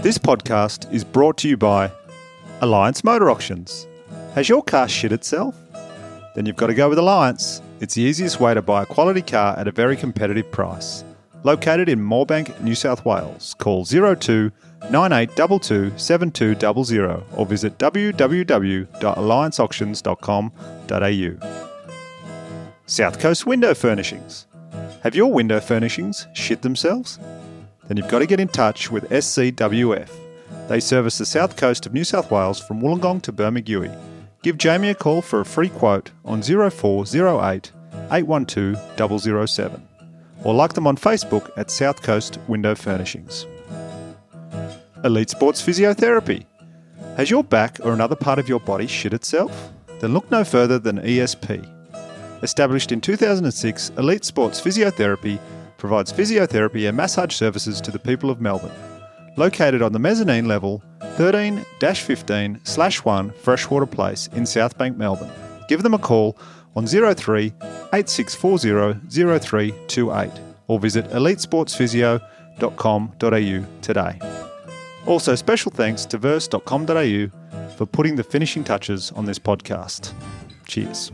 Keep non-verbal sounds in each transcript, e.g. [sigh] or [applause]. This podcast is brought to you by Alliance Motor Auctions. Has your car shit itself? Then you've got to go with Alliance. It's the easiest way to buy a quality car at a very competitive price. Located in Moorbank, New South Wales, call 02 9822 7200 or visit www.allianceauctions.com.au. South Coast Window Furnishings. Have your window furnishings shit themselves? then you've got to get in touch with SCWF. They service the south coast of New South Wales from Wollongong to Bermagui. Give Jamie a call for a free quote on 0408 812 007 or like them on Facebook at South Coast Window Furnishings. Elite Sports Physiotherapy. Has your back or another part of your body shit itself? Then look no further than E ESP. Established in 2006, Elite Sports Physiotherapy provides physiotherapy and massage services to the people of Melbourne. Located on the mezzanine level, 13 15 1 Freshwater Place in Southbank, Melbourne. Give them a call on 03 8640 0328 or visit elitesportsphysio.com.au today. Also, special thanks to verse.com.au for putting the finishing touches on this podcast. Cheers.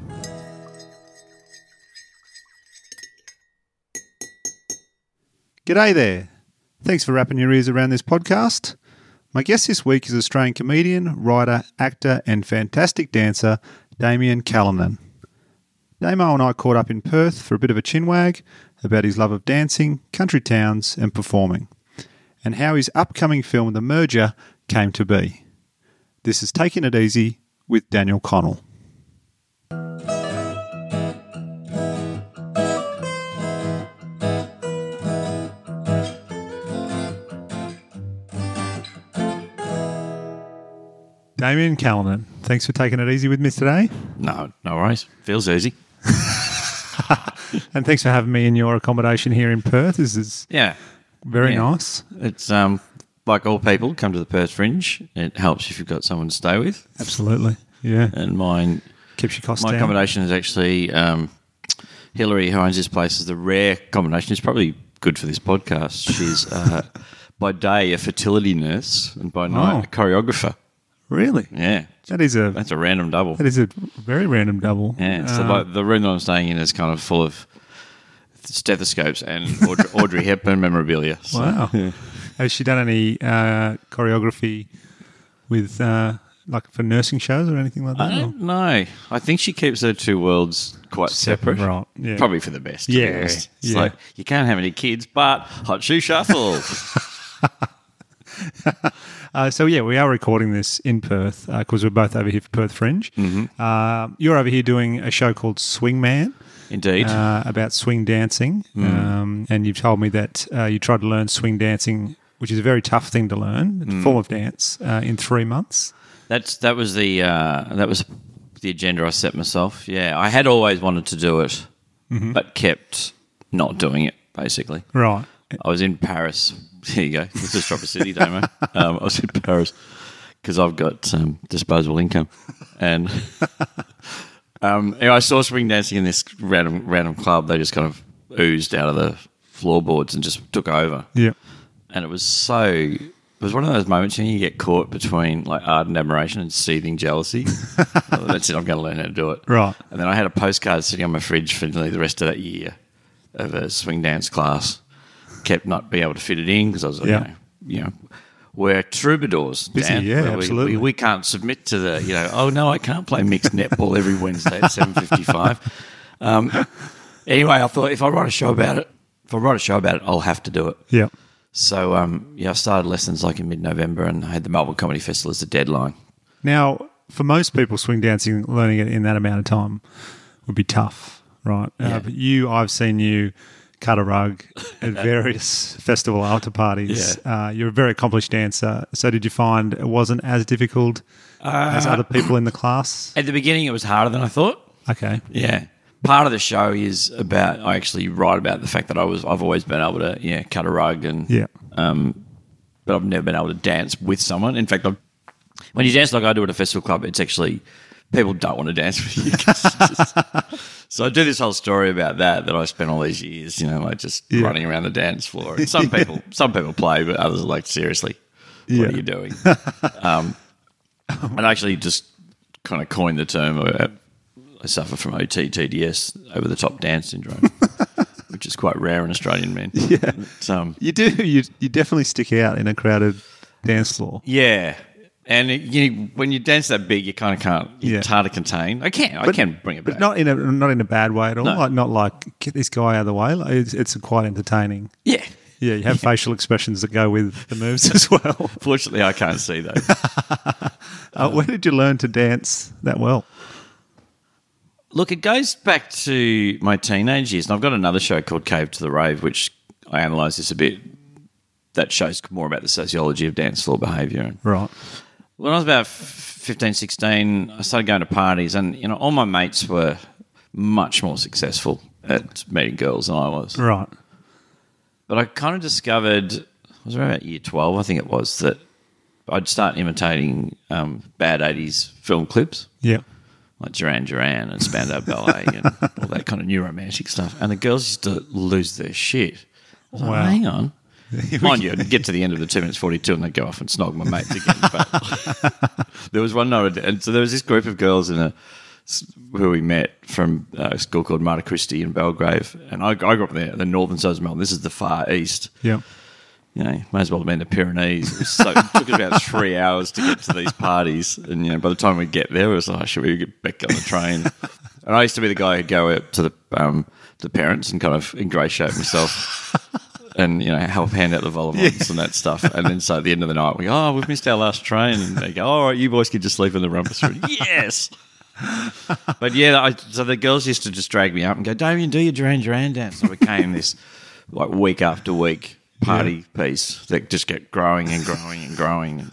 G'day there. Thanks for wrapping your ears around this podcast. My guest this week is Australian comedian, writer, actor, and fantastic dancer, Damien Callanan. Damo and I caught up in Perth for a bit of a chinwag about his love of dancing, country towns, and performing, and how his upcoming film, The Merger, came to be. This is Taking It Easy with Daniel Connell. Damien Callanan, thanks for taking it easy with me today, No, no worries. Feels easy. and thanks for having me in your accommodation here in Perth. This is Yeah. very Yeah. nice. It's um like all people, come to the Perth Fringe. It helps if you've got someone to stay with. Absolutely. Yeah. And mine Keeps your costs my down. combination is actually um Hillary who owns this place is the rare combination. It's probably good for this podcast. She's [laughs] uh by day a fertility nurse and by Oh. night a choreographer. Really? Yeah. That is a That's a random double. that is a very random double. Yeah, so Uh, like the room that I'm staying in is kind of full of stethoscopes and Audrey, Audrey [laughs] Hepburn memorabilia. So. [laughs] wow. Has she done any uh, choreography with uh, like for nursing shows or anything like that? I don't know. I think she keeps her two worlds quite separate. Right, yeah. Probably for the best. to be Yeah, honest. It's yeah. like, you can't have any kids, but hot [laughs] shoe shuffle. Uh, so yeah, we are recording this in Perth because we're both over here for Perth Fringe. Mm-hmm. Uh, you're over here doing a show called Swing Man. Indeed. Uh, about swing dancing, Hmm. um, and you've told me that uh, you tried to learn swing dancing, which is a very tough thing to learn, Hmm. it's a form of dance, uh, in three months. That's that was the uh, that was the agenda I set myself. Yeah, I had always wanted to do it, Mm-hmm. but kept not doing it. Basically, Right. I was in Paris. [laughs] Here you go. This is Dropper City, Damo. Um, I was in Paris because I've got um, disposable income, and [laughs] um, anyway, I saw swing dancing in this random random club. They just kind of oozed out of the floorboards and just took over. Yeah. And it was so. It was one of those moments when you get caught between like ardent admiration and seething jealousy. [laughs] Oh, that's it. I'm going to learn how to do it. Right. And then I had a postcard sitting on my fridge for nearly the rest of that year of a swing dance class. Kept not being able to fit it in because I was, Yeah. you know, you know, we're troubadours. Busy, Dan. yeah, We- we- absolutely. We, we can't submit to the, you know, oh no, I can't play mixed netball every Wednesday at seven fifty-five. Um, anyway, I thought if I write a show about it, if I write a show about it, I'll have to do it. Yeah. So um, yeah, I started lessons like in mid-November, and I had the Melbourne Comedy Festival as the deadline. Now, for most people, swing dancing, learning it in that amount of time would be tough, right? Uh, Yeah. but you, I've seen you cut a [laughs] rug at various festival after parties. Uh, you're a very accomplished dancer. So, did you find it wasn't as difficult Uh, as other people in the class? At the beginning, it was harder than I thought. Okay. Yeah, part of the show is about I actually write about the fact that I was I've always been able to yeah cut a rug and Yeah. but I've never been able to dance with someone. In fact, I've, when you dance like I do at a festival club, it's actually people don't want to dance with you. [laughs] 'Cause it's just- so I do this whole story about that that I spent all these years, you know, like just running around the dance floor. And some people, some people play, but others are like seriously. What are you doing? um, and I actually just kind of coined the term. uh, I suffer from OTTDS, over the top dance syndrome, which is quite rare in Australian men. Yeah. But, um, You do. [laughs] You, you definitely stick out in a crowded dance floor. yeah. And it, you, when you dance that big, you kind of can't. Yeah. It's hard to contain. I can. I can bring it back. But not in a not in a bad way at all. No. Like not like get this guy out of the way. Like, it's, it's quite entertaining. yeah. Yeah, you have facial expressions that go with the moves [laughs] as well. Fortunately, I can't see [laughs] those. Uh, where did you learn to dance that well? Look, it goes back to my teenage years, and I've got another show called Cave to the Rave, which I analyse this a bit. That show's more about the sociology of dance floor behaviour. And Right. when I was about f- 15, 16, I started going to parties, and you know, all my mates were much more successful at meeting girls than I was. Right. But I kind of discovered, I was around about year 12, I think it was, that I'd start imitating um, bad 80s film clips Yeah. like Duran Duran and Spandau Ballet and all that kind of new romantic stuff. And the girls used to lose their shit. I was like, Wow. hang on. Mind you, I'd get to the end of the 2 minutes 42 and they'd go off and snog my mates again. But [laughs] there was one night, and so there was this group of girls in a, who we met from uh, a school called Mater Christi in Belgrave. And I, I grew up there, the northern suburbs of Melbourne. This is the far east Yeah. you know, might as well have been the Pyrenees. It was So it took us about three hours to get to these parties, and you know, by the time we get there, it was like, oh, should we get back on the train? And I used to be the guy who'd go up to the um, the parents and kind of ingratiate myself, and you know, help hand out the vol au vents and that stuff. And then so at the end of the night, we go, oh, we've missed our last train, and they go, "Oh, all right, you boys can just sleep in the rumpus room. yes. [laughs] But yeah, I, so the girls used to just drag me up and go, Damien, do your Duran Duran dance. So it became this like week after week party piece that just kept growing and growing and growing.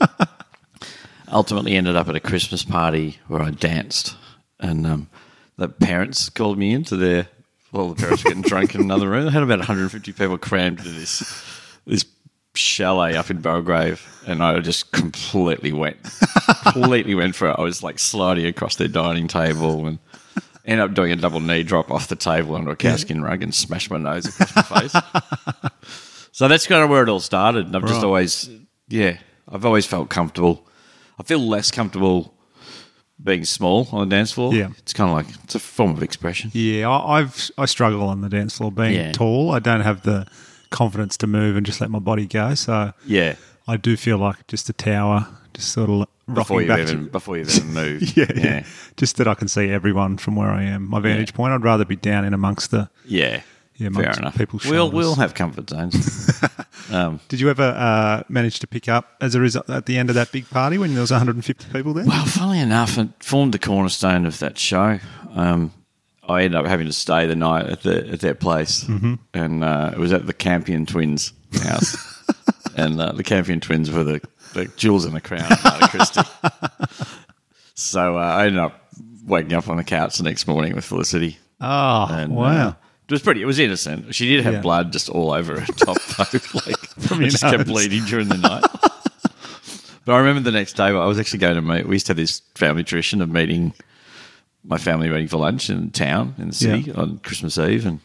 Ultimately, ended up at a Christmas party where I danced, and um, the parents called me into their. Well, the parents were getting drunk in another room. They had about 150 people crammed into this this chalet up in Belgrave, and I just completely went completely went for it. I was like sliding across their dining table and ended up doing a double knee drop off the table onto a cowskin rug and smashed my nose across my face. so that's kind of where it all started. And I've just Right. always, yeah, I've always felt comfortable. I feel less comfortable being small on the dance floor. Yeah. It's kind of like, it's a form of expression. Yeah. I, I've I struggle on the dance floor being Yeah. tall. I don't have the confidence to move and just let my body go. So Yeah. I do feel like just a tower, just sort of rocking Before you've back even, to- before [laughs] you've even moved. yeah, yeah, Just that I can see everyone from where I am. My vantage point. I'd rather be down in amongst the. Yeah. Yeah, Fair amongst enough. people's we'll, shoulders. we'll have comfort [laughs] zones. Did you ever uh, manage to pick up as a result at the end of that big party when there was 150 people there? Well, funnily enough, it formed the cornerstone of that show. Um, I ended up having to stay the night at the at their place, and uh, it was at the Campion Twins' house. and uh, the Campion Twins were the, the jewels in the crown of Marta Christie. so uh, I ended up waking up on the couch the next morning with Felicity. Oh, And, wow. uh, it was pretty. It was innocent. She did have Yeah. blood just all over her top [laughs] though. [laughs] Like your it just kept nose. bleeding during [laughs] the night. but I remember the next day. I was actually going to meet. We used to have this family tradition of meeting my family meeting for lunch in town in the city Yeah. on Christmas Eve, and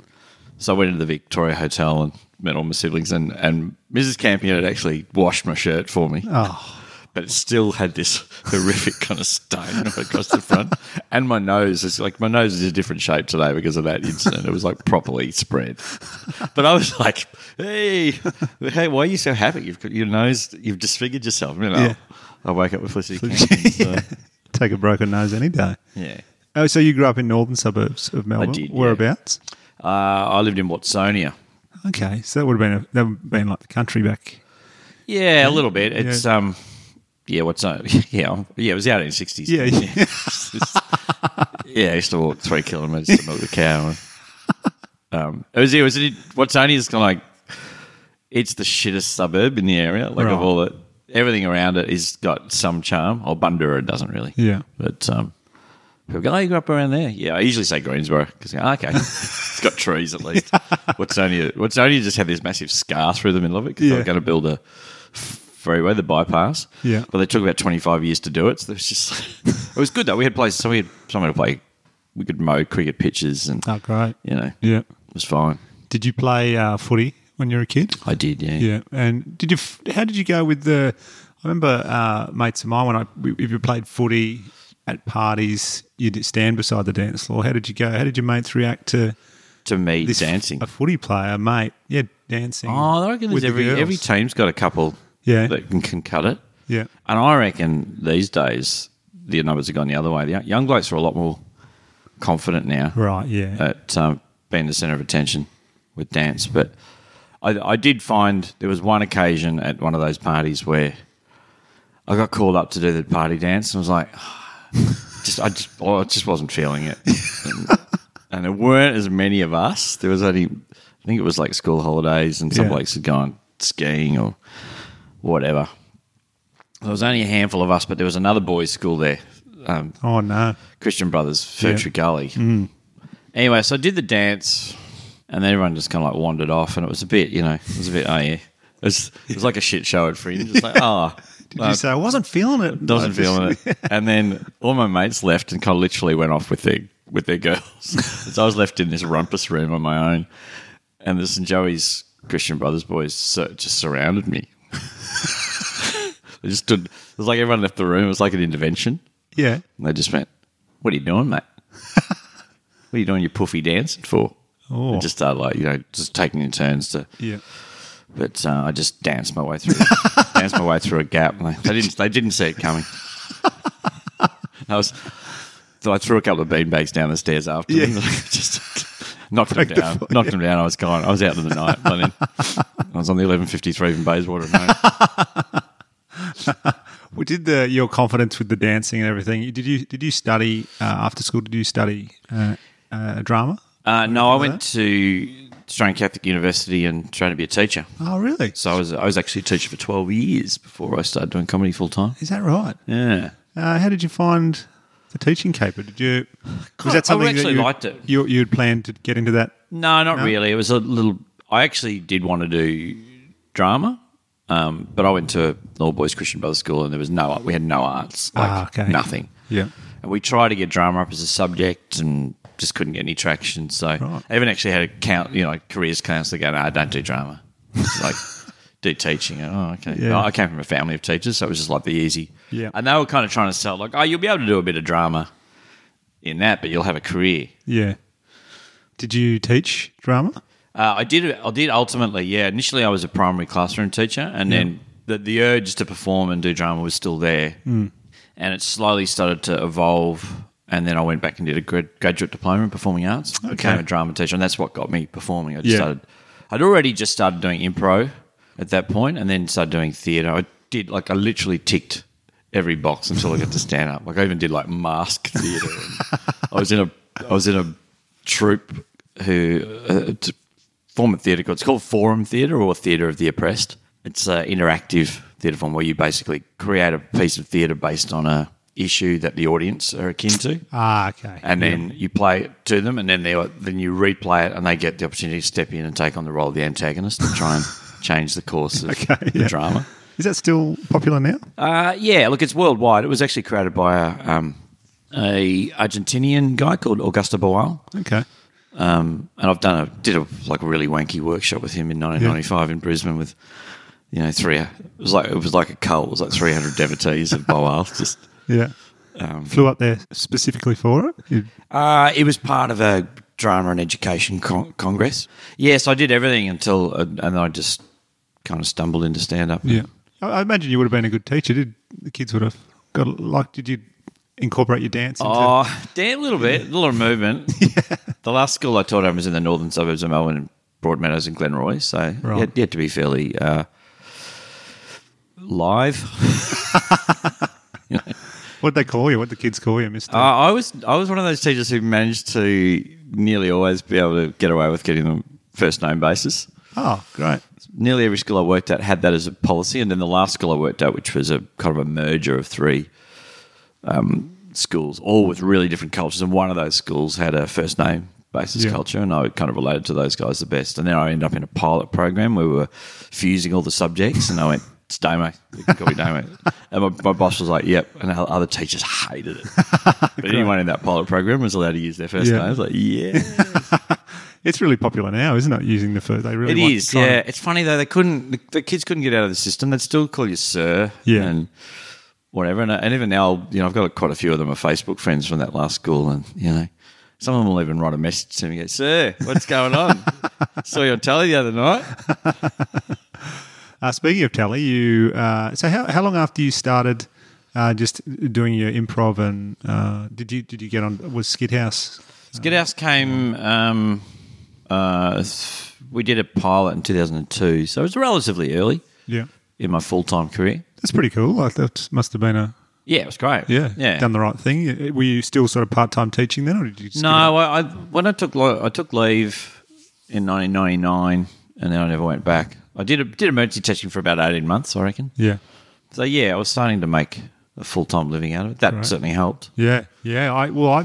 so I went into the Victoria Hotel and met all my siblings. And and Mrs. Campion had actually washed my shirt for me oh, but it still had this [laughs] horrific kind of stain [laughs] across the front. And my nose is like, my nose is a different shape today because of that incident. It was like properly spread. [laughs] But I was like, hey, hey, why are you so happy? You've got your nose, you've disfigured yourself. You know, Yeah. I wake up [laughs] with Felicity Campbell, so- take a broken nose any day. yeah. Oh, so you grew up in northern suburbs of Melbourne? did, yeah. Whereabouts? Uh, I lived in Watsonia. Okay, so that would have been a, that would have been like the country back. Yeah, a little bit. It's, um, yeah, what's [laughs] Yeah, yeah, it was the 1860s. Yeah, [laughs] yeah. Yeah, I used to walk three kilometres to milk the cow. Um, it was it was what's only is kind of like it's the shittest suburb in the area. Like of Right. all the everything around it is got some charm. Or Bundura doesn't really. Yeah. but um, people go, "Oh, you grew up around there." Yeah, I usually say Greensboro because "Ah, okay, [laughs] it's got trees at least. what's only what's only just had this massive scar through the middle of it because they Yeah. were going to build a freeway, the bypass. Yeah. But they took about 25 years to do it. So it was just, [laughs] it was good though. We had places, so we had somewhere to play. We could mow cricket pitches and, Oh, great. you know, Yeah. it was fine. Did you play uh, footy when you were a kid? I did, yeah. Yeah, and did you? f- How did you go with the? I remember uh, mates of mine when I we- if you played footy at parties, you'd stand beside the dance floor. How did you go? How did your mates react to To me, this dancing. A footy player, mate. Yeah, dancing. oh, I reckon with there's the every girls. every team's got a couple Yeah. that can, can cut it. Yeah. And I reckon these days the numbers have gone the other way. The young blokes are a lot more confident now Right. Yeah. at um, being the centre of attention with dance. But I, I did find there was one occasion at one of those parties where I got called up to do the party dance and was like, [sighs] just I just I just wasn't [laughs] feeling it. And, and there weren't as many of us. There was only I think it was like school holidays and some Yeah. blokes had gone skiing or whatever. There was only a handful of us, but there was another boys' school there. Um, oh no. Christian Brothers, Furtra Gully. Mm. Anyway, so I did the dance, and then everyone just kind of like wandered off, and it was a bit, you know, it was a bit, oh yeah, it was, it was like a shit show at Fringe. It's like, oh, [laughs] Did you say I wasn't feeling it? doesn't mate?" [laughs] feeling it. And then all my mates left and kind of literally went off with their with their girls. [laughs] so I was left in this rumpus room on my own, and the St Joey's Christian Brothers boys sur- just surrounded me. [laughs] they just stood. It was like everyone left the room. It was like an intervention. Yeah. And they just went, What are you doing, mate? what are you doing your poofy dancing for? Oh. And just started like, you know, just taking in turns to, Yeah. but uh, I just danced my way through, [laughs] danced my way through a gap. And They, they didn't, they didn't see it coming. I was, so I threw a couple of beanbags down the stairs after Yeah. them. [laughs] just knocked them Broke the down, floor, knocked them down. I was gone. I was out in the night. By then. I was on the 11.53 from Bayswater. at home. [laughs] Well, did the your confidence with the dancing and everything? Did you did you study uh, after school? Did you study uh, uh, drama? Uh, no, I went to Australian Catholic University and trained to be a teacher. Oh, really? So I was I was actually a teacher for twelve years before I started doing comedy full time. Is that right? Yeah, Uh, how did you find the teaching caper? Did you was I that something actually that you, liked it. You you'd planned to get into that? no, not really. It was a little. I actually did want to do drama, um, but I went to an all boys Christian Brothers School and there was no we had no arts, like Ah, okay. nothing. Yeah. And we tried to get drama up as a subject and just couldn't get any traction. So I even actually had a count, you know, like careers counselor go, no, I don't do drama. It's [laughs] like, do teaching. Oh, okay. Yeah. No, I came from a family of teachers, so it was just like the easy. Yeah. And they were kind of trying to sell, like, oh, you'll be able to do a bit of drama in that, but you'll have a career. Yeah. Did you teach drama? Uh, I did. I did ultimately. Yeah. Initially, I was a primary classroom teacher, and then the, the urge to perform and do drama was still there, and it slowly started to evolve. And then I went back and did a grad, graduate diploma in performing arts. Became a drama teacher, and that's what got me performing. I just Yeah. started. I'd already just started doing impro at that point, and then started doing theatre. I did like I literally ticked every box until I got to stand up. Like I even did like mask theatre. I was in a I was in a troupe who uh, t- form of theatre called it's called Forum Theatre or Theatre of the Oppressed. It's an interactive theatre form where you basically create a piece of theatre based on a issue that the audience are akin to, Ah, okay. [laughs] and then you play it to them, and then they then you replay it, and they get the opportunity to step in and take on the role of the antagonist and [laughs] try and change the course of the yeah. drama. Is that still popular now? Uh, yeah, look, it's worldwide. It was actually created by a, um, a Argentinian guy called Augusto Boal. Okay. Um, and I've done a did a like really wanky workshop with him in 1995 in Brisbane with you know three. It was like it was like a cult. It was like 300 devotees of Boal. [laughs] Just Yeah. Um, Flew up there specifically for it. You- uh, it was part of a drama and education con- congress. Yes, I did everything until uh, and then I just kind of stumbled into stand up. I, I imagine you would have been a good teacher. Did the kids would have got like? Did you incorporate your dance? Into, Oh, damn, a little bit, a little movement. The last school I taught at was in the northern suburbs of Melbourne, in Broadmeadows and Glenroy. So you, Right. had, you had to be fairly uh, live. What'd they call you? What'd the kids call you, Mister? Uh, I was I was one of those teachers who managed to nearly always be able to get away with getting them first name basis. oh, great. Nearly every school I worked at had that as a policy, and then the last school I worked at, which was a kind of a merger of three um, schools, all with really different cultures, and one of those schools had a first name basis Yeah. culture, and I kind of related to those guys the best. And then I ended up in a pilot program where we were fusing all the subjects, and I went. It's Damo. You can call me [laughs] Damo. And my, my boss was like, yep. And our other teachers [laughs] hated it. But anyone in that pilot program was allowed to use their first Yeah. names. Like, yeah. It's really popular now, isn't it? Using the first, they really It want- is, trying to- yeah. It's funny though; they couldn't, the, the kids couldn't get out of the system. They'd still call you sir, Yeah. and whatever. And, and even now, you know, I've got quite a few of them are Facebook friends from that last school, and you know, some of them will even write a message to me, and go, "Sir, what's going on? [laughs] Saw you on telly the other night." Uh, speaking of telly, you uh, so how, how long after you started uh, just doing your improv and uh, did you did you get on was Skid House? Skid House came. Um, uh, we did a pilot in 2002, so it was relatively early Yeah, in my full time career. that's pretty cool. Like that must have been a Yeah, it was great. yeah, yeah. done the right thing. Were you still sort of part time teaching then, or did you? Just No, give up? I, I when I took lo- I took leave in 1999, and then I never went back. I did did emergency teaching for about 18 months, I reckon. Yeah, So yeah, I was starting to make a full time living out of it. That certainly helped. yeah, yeah. I well, I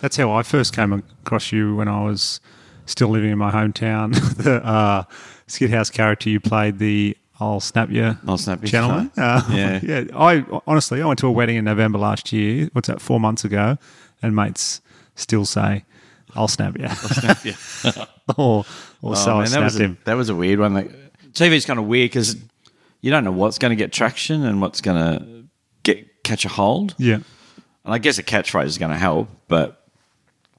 that's how I first came across you when I was still living in my hometown. [laughs] the uh, Skid House character you played the. I'll snap you. I'll snap you. Gentlemen, Uh, [laughs] yeah. Yeah. I honestly, I went to a wedding in November last year. What's that? Four months ago, and mates still say, "I'll snap you," yeah. [laughs] or, or so I Oh, that snapped was a, him. that was a weird one. Like, TV's kind of weird because you don't know what's going to get traction and what's going to get catch a hold. Yeah, And I guess a catchphrase is going to help, but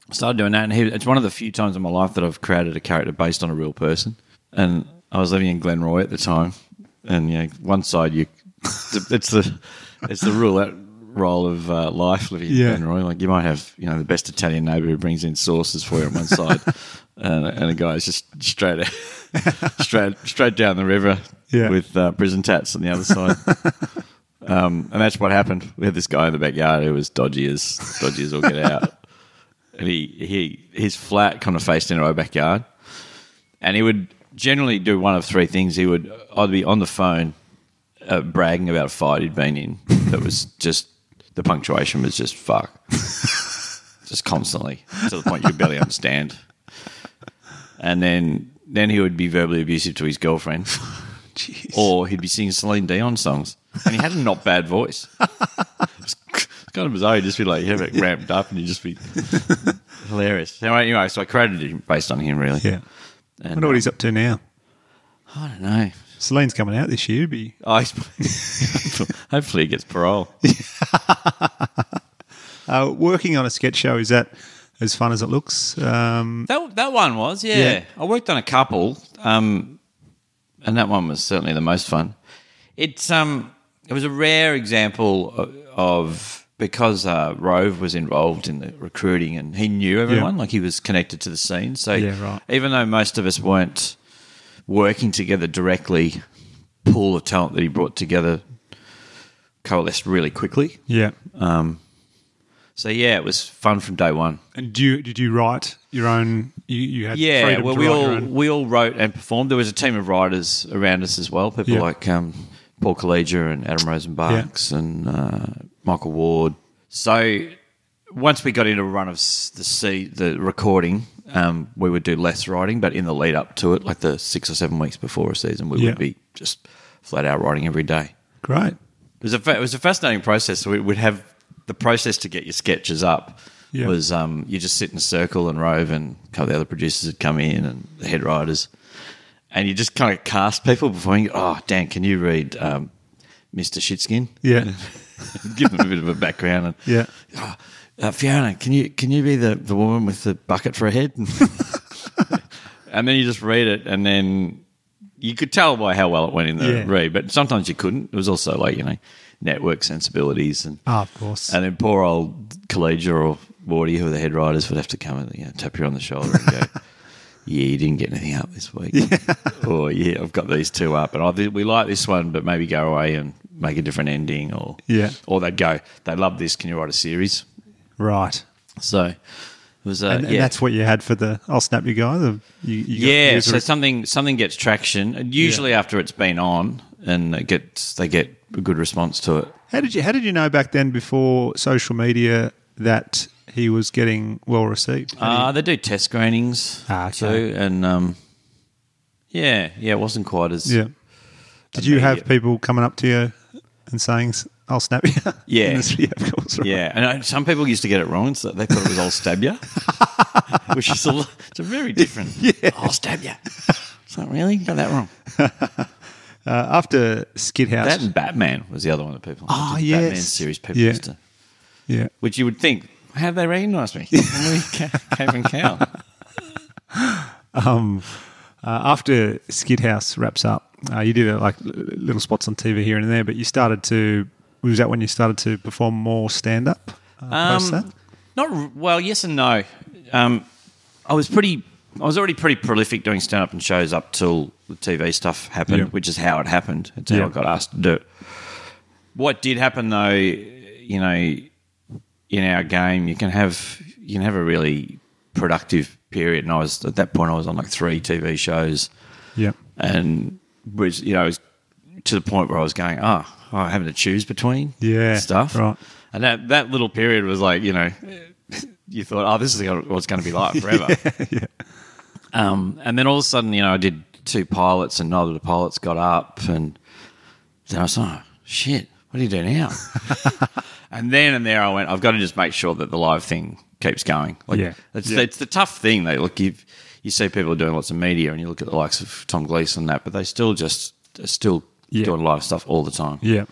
I started doing that. And he, it's one of the few times in my life that I've created a character based on a real person. And I was living in Glenroy at the time. And you know, one side, you [laughs] it's the it's the roulette roll of uh, life living in Yeah. Glenroy. Like you might have you know the best Italian neighbour who brings in sauces for you on one [laughs] side, and, and a guy's just straight [laughs] straight straight down the river Yeah. with uh, prison tats on the other side. Um, and that's what happened. We had this guy in the backyard who was dodgy as dodgy as all get out. And he, he his flat kind of faced into our backyard. And he would generally do one of three things. He would either be on the phone uh, bragging about a fight he'd been in that was just the punctuation was just fuck. just constantly to the point you [laughs] could barely understand. And then then he would be verbally abusive to his girlfriend [laughs] jeez. or he'd be singing Celine Dion songs. And he had a not bad voice. It's kind of bizarre. He'd just be like, he'd have it ramped up and he'd just be hilarious. Anyway, anyway, so I created him based on him, really. yeah. I And, uh, wonder what he's up to now. I don't know. Celine's coming out this year. it'd Be Oh, he's- [laughs] hopefully he gets parole. uh, working on a sketch show. Is that as fun as it looks? Um, That, that one was, yeah. Yeah. I worked on a couple, um, and that one was certainly the most fun. It's um, it was a rare example of, of because uh, Rove was involved in the recruiting and he knew everyone, like he was connected to the scene. So Yeah, right. even though most of us weren't working together directly, pool of talent that he brought together coalesced really quickly. yeah. So yeah, it was fun from day one. And do you, did you write your own? You, you had Yeah, freedom well, to we write your all own- we all wrote and performed. There was a team of writers around us as well. People Yeah. like um, Paul Collegia and Adam Rosenbachs and uh, Michael Ward. So once we got into a run of s- the sea, the recording, um, we would do less writing, but in the lead up to it, like the six or seven weeks before a season, we Yeah. would be just flat out writing every day. great. It was a fa- it was a fascinating process. So we would have the process to get your sketches up Yeah. was um, you just sit in a circle and rove, and a couple of the other producers would come in and the head writers, and you just kind of cast people before you. go, Oh, Dan, can you read um, Mister Shitskin? Yeah, [laughs] Give them a bit of a background and yeah. "Oh, uh, Fiona, can you can you be the, the woman with the bucket for a head? [laughs] and then you just read it, and then you could tell by how well it went in the Yeah. read, but sometimes you couldn't. It was also like you know network sensibilities, and Ah, of course. and then poor old Collegia or Wardy, who are the head writers, would have to come and you know, tap you on the shoulder and go. [laughs] Yeah, you didn't get anything up this week. [laughs] Or yeah, I've got these two up, and I think we like this one, but maybe go away and make a different ending, or Yeah. or they'd go, they love this. Can you write a series? right. So it was uh, And, yeah. and that's what you had for the I'll snap you guy. The, you, you got- yeah, you so sort of- something something gets traction, and usually after it's been on and it gets they get a good response to it. how did you how did you know back then before social media that he was getting well received? Uh, they do test screenings Ah, okay. too, and um, yeah, yeah, it wasn't quite as yeah. Did you have immediate. people coming up to you and saying, I'll snap you. Yeah. [laughs] In this- yeah, of course. right. Yeah, and I, some people used to get it wrong, so they thought it was "I'll [laughs] stab ya," which is a, lo- it's a very different. Yeah. I'll stab ya. It's not really got that wrong. Uh, after Skid House. That and Batman was the other one that people. Ah, the yes. Batman series people Yeah. used to, yeah. which you would think, how would they recognise [laughs] me? I'm really ca- cave and cow. um, uh, after Skid House wraps up, uh, you did uh, like l- little spots on TV here and there, but you started to. Was that when you started to perform more stand up? Uh, post that? Um, not r- well. Yes and no. Um, I was pretty. I was already pretty prolific doing stand up and shows up till the TV stuff happened, Yeah. which is how it happened. It's Yeah. how I got asked to do it. What did happen though, you know, in our game, you can have you can have a really productive period, and I was at that point I was on like three TV shows Yeah. and was you know it was to the point where I was going, oh, oh having to choose between Yeah, stuff, right. And that that little period was like, you know, [laughs] you thought, oh, this is what it's going to [laughs] be like forever. Um, and then all of a sudden, you know, I did two pilots, and neither of the pilots got up, and then I was like, oh, shit, what do you do [laughs] now? and then and there, I went, I've got to just make sure that the live thing keeps going. Like, Yeah. It's, Yeah. it's the tough thing, though. Look, you you see people doing lots of media, and you look at the likes of Tom Gleason and that, but they still just are still Yeah. doing live stuff all the time. Yeah.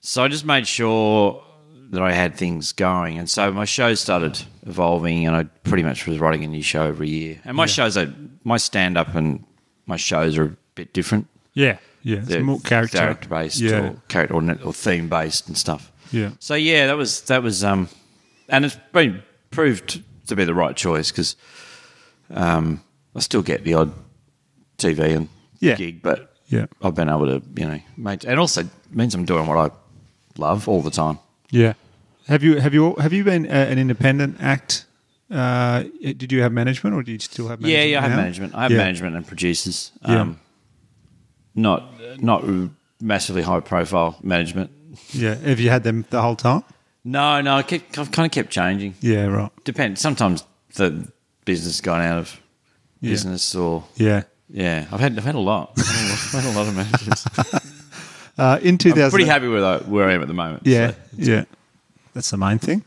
So I just made sure that I had things going, and so my shows started evolving, and I pretty much was writing a new show every year. And my shows are my stand up and my shows are a bit different. Yeah. Yeah. It's They're more character, based, Yeah. or character or, or theme based and stuff. Yeah. So yeah, that was that was um, and it's been proved to be the right choice because um, I still get the odd TV and Yeah. gig, but Yeah. I've been able to you know, mate, and also means I'm doing what I love all the time. Yeah. Have you have you have you been uh, an independent act? Uh, did you have management, or do you still have? Yeah, management yeah, I have now? management. I have Yeah. management and producers. Yeah. Um, Not not massively high profile management. Yeah, have you had them the whole time? No, no, I kept, I've kind of kept changing. Yeah, right. Depends. Sometimes the business has gone out of Yeah. business, or Yeah. yeah, I've had I've had a lot. I've had a lot- I've had a lot [laughs] of managers. Uh, in 2000, I'm pretty happy with uh, where I am at the moment. Yeah, so. yeah, that's the main thing.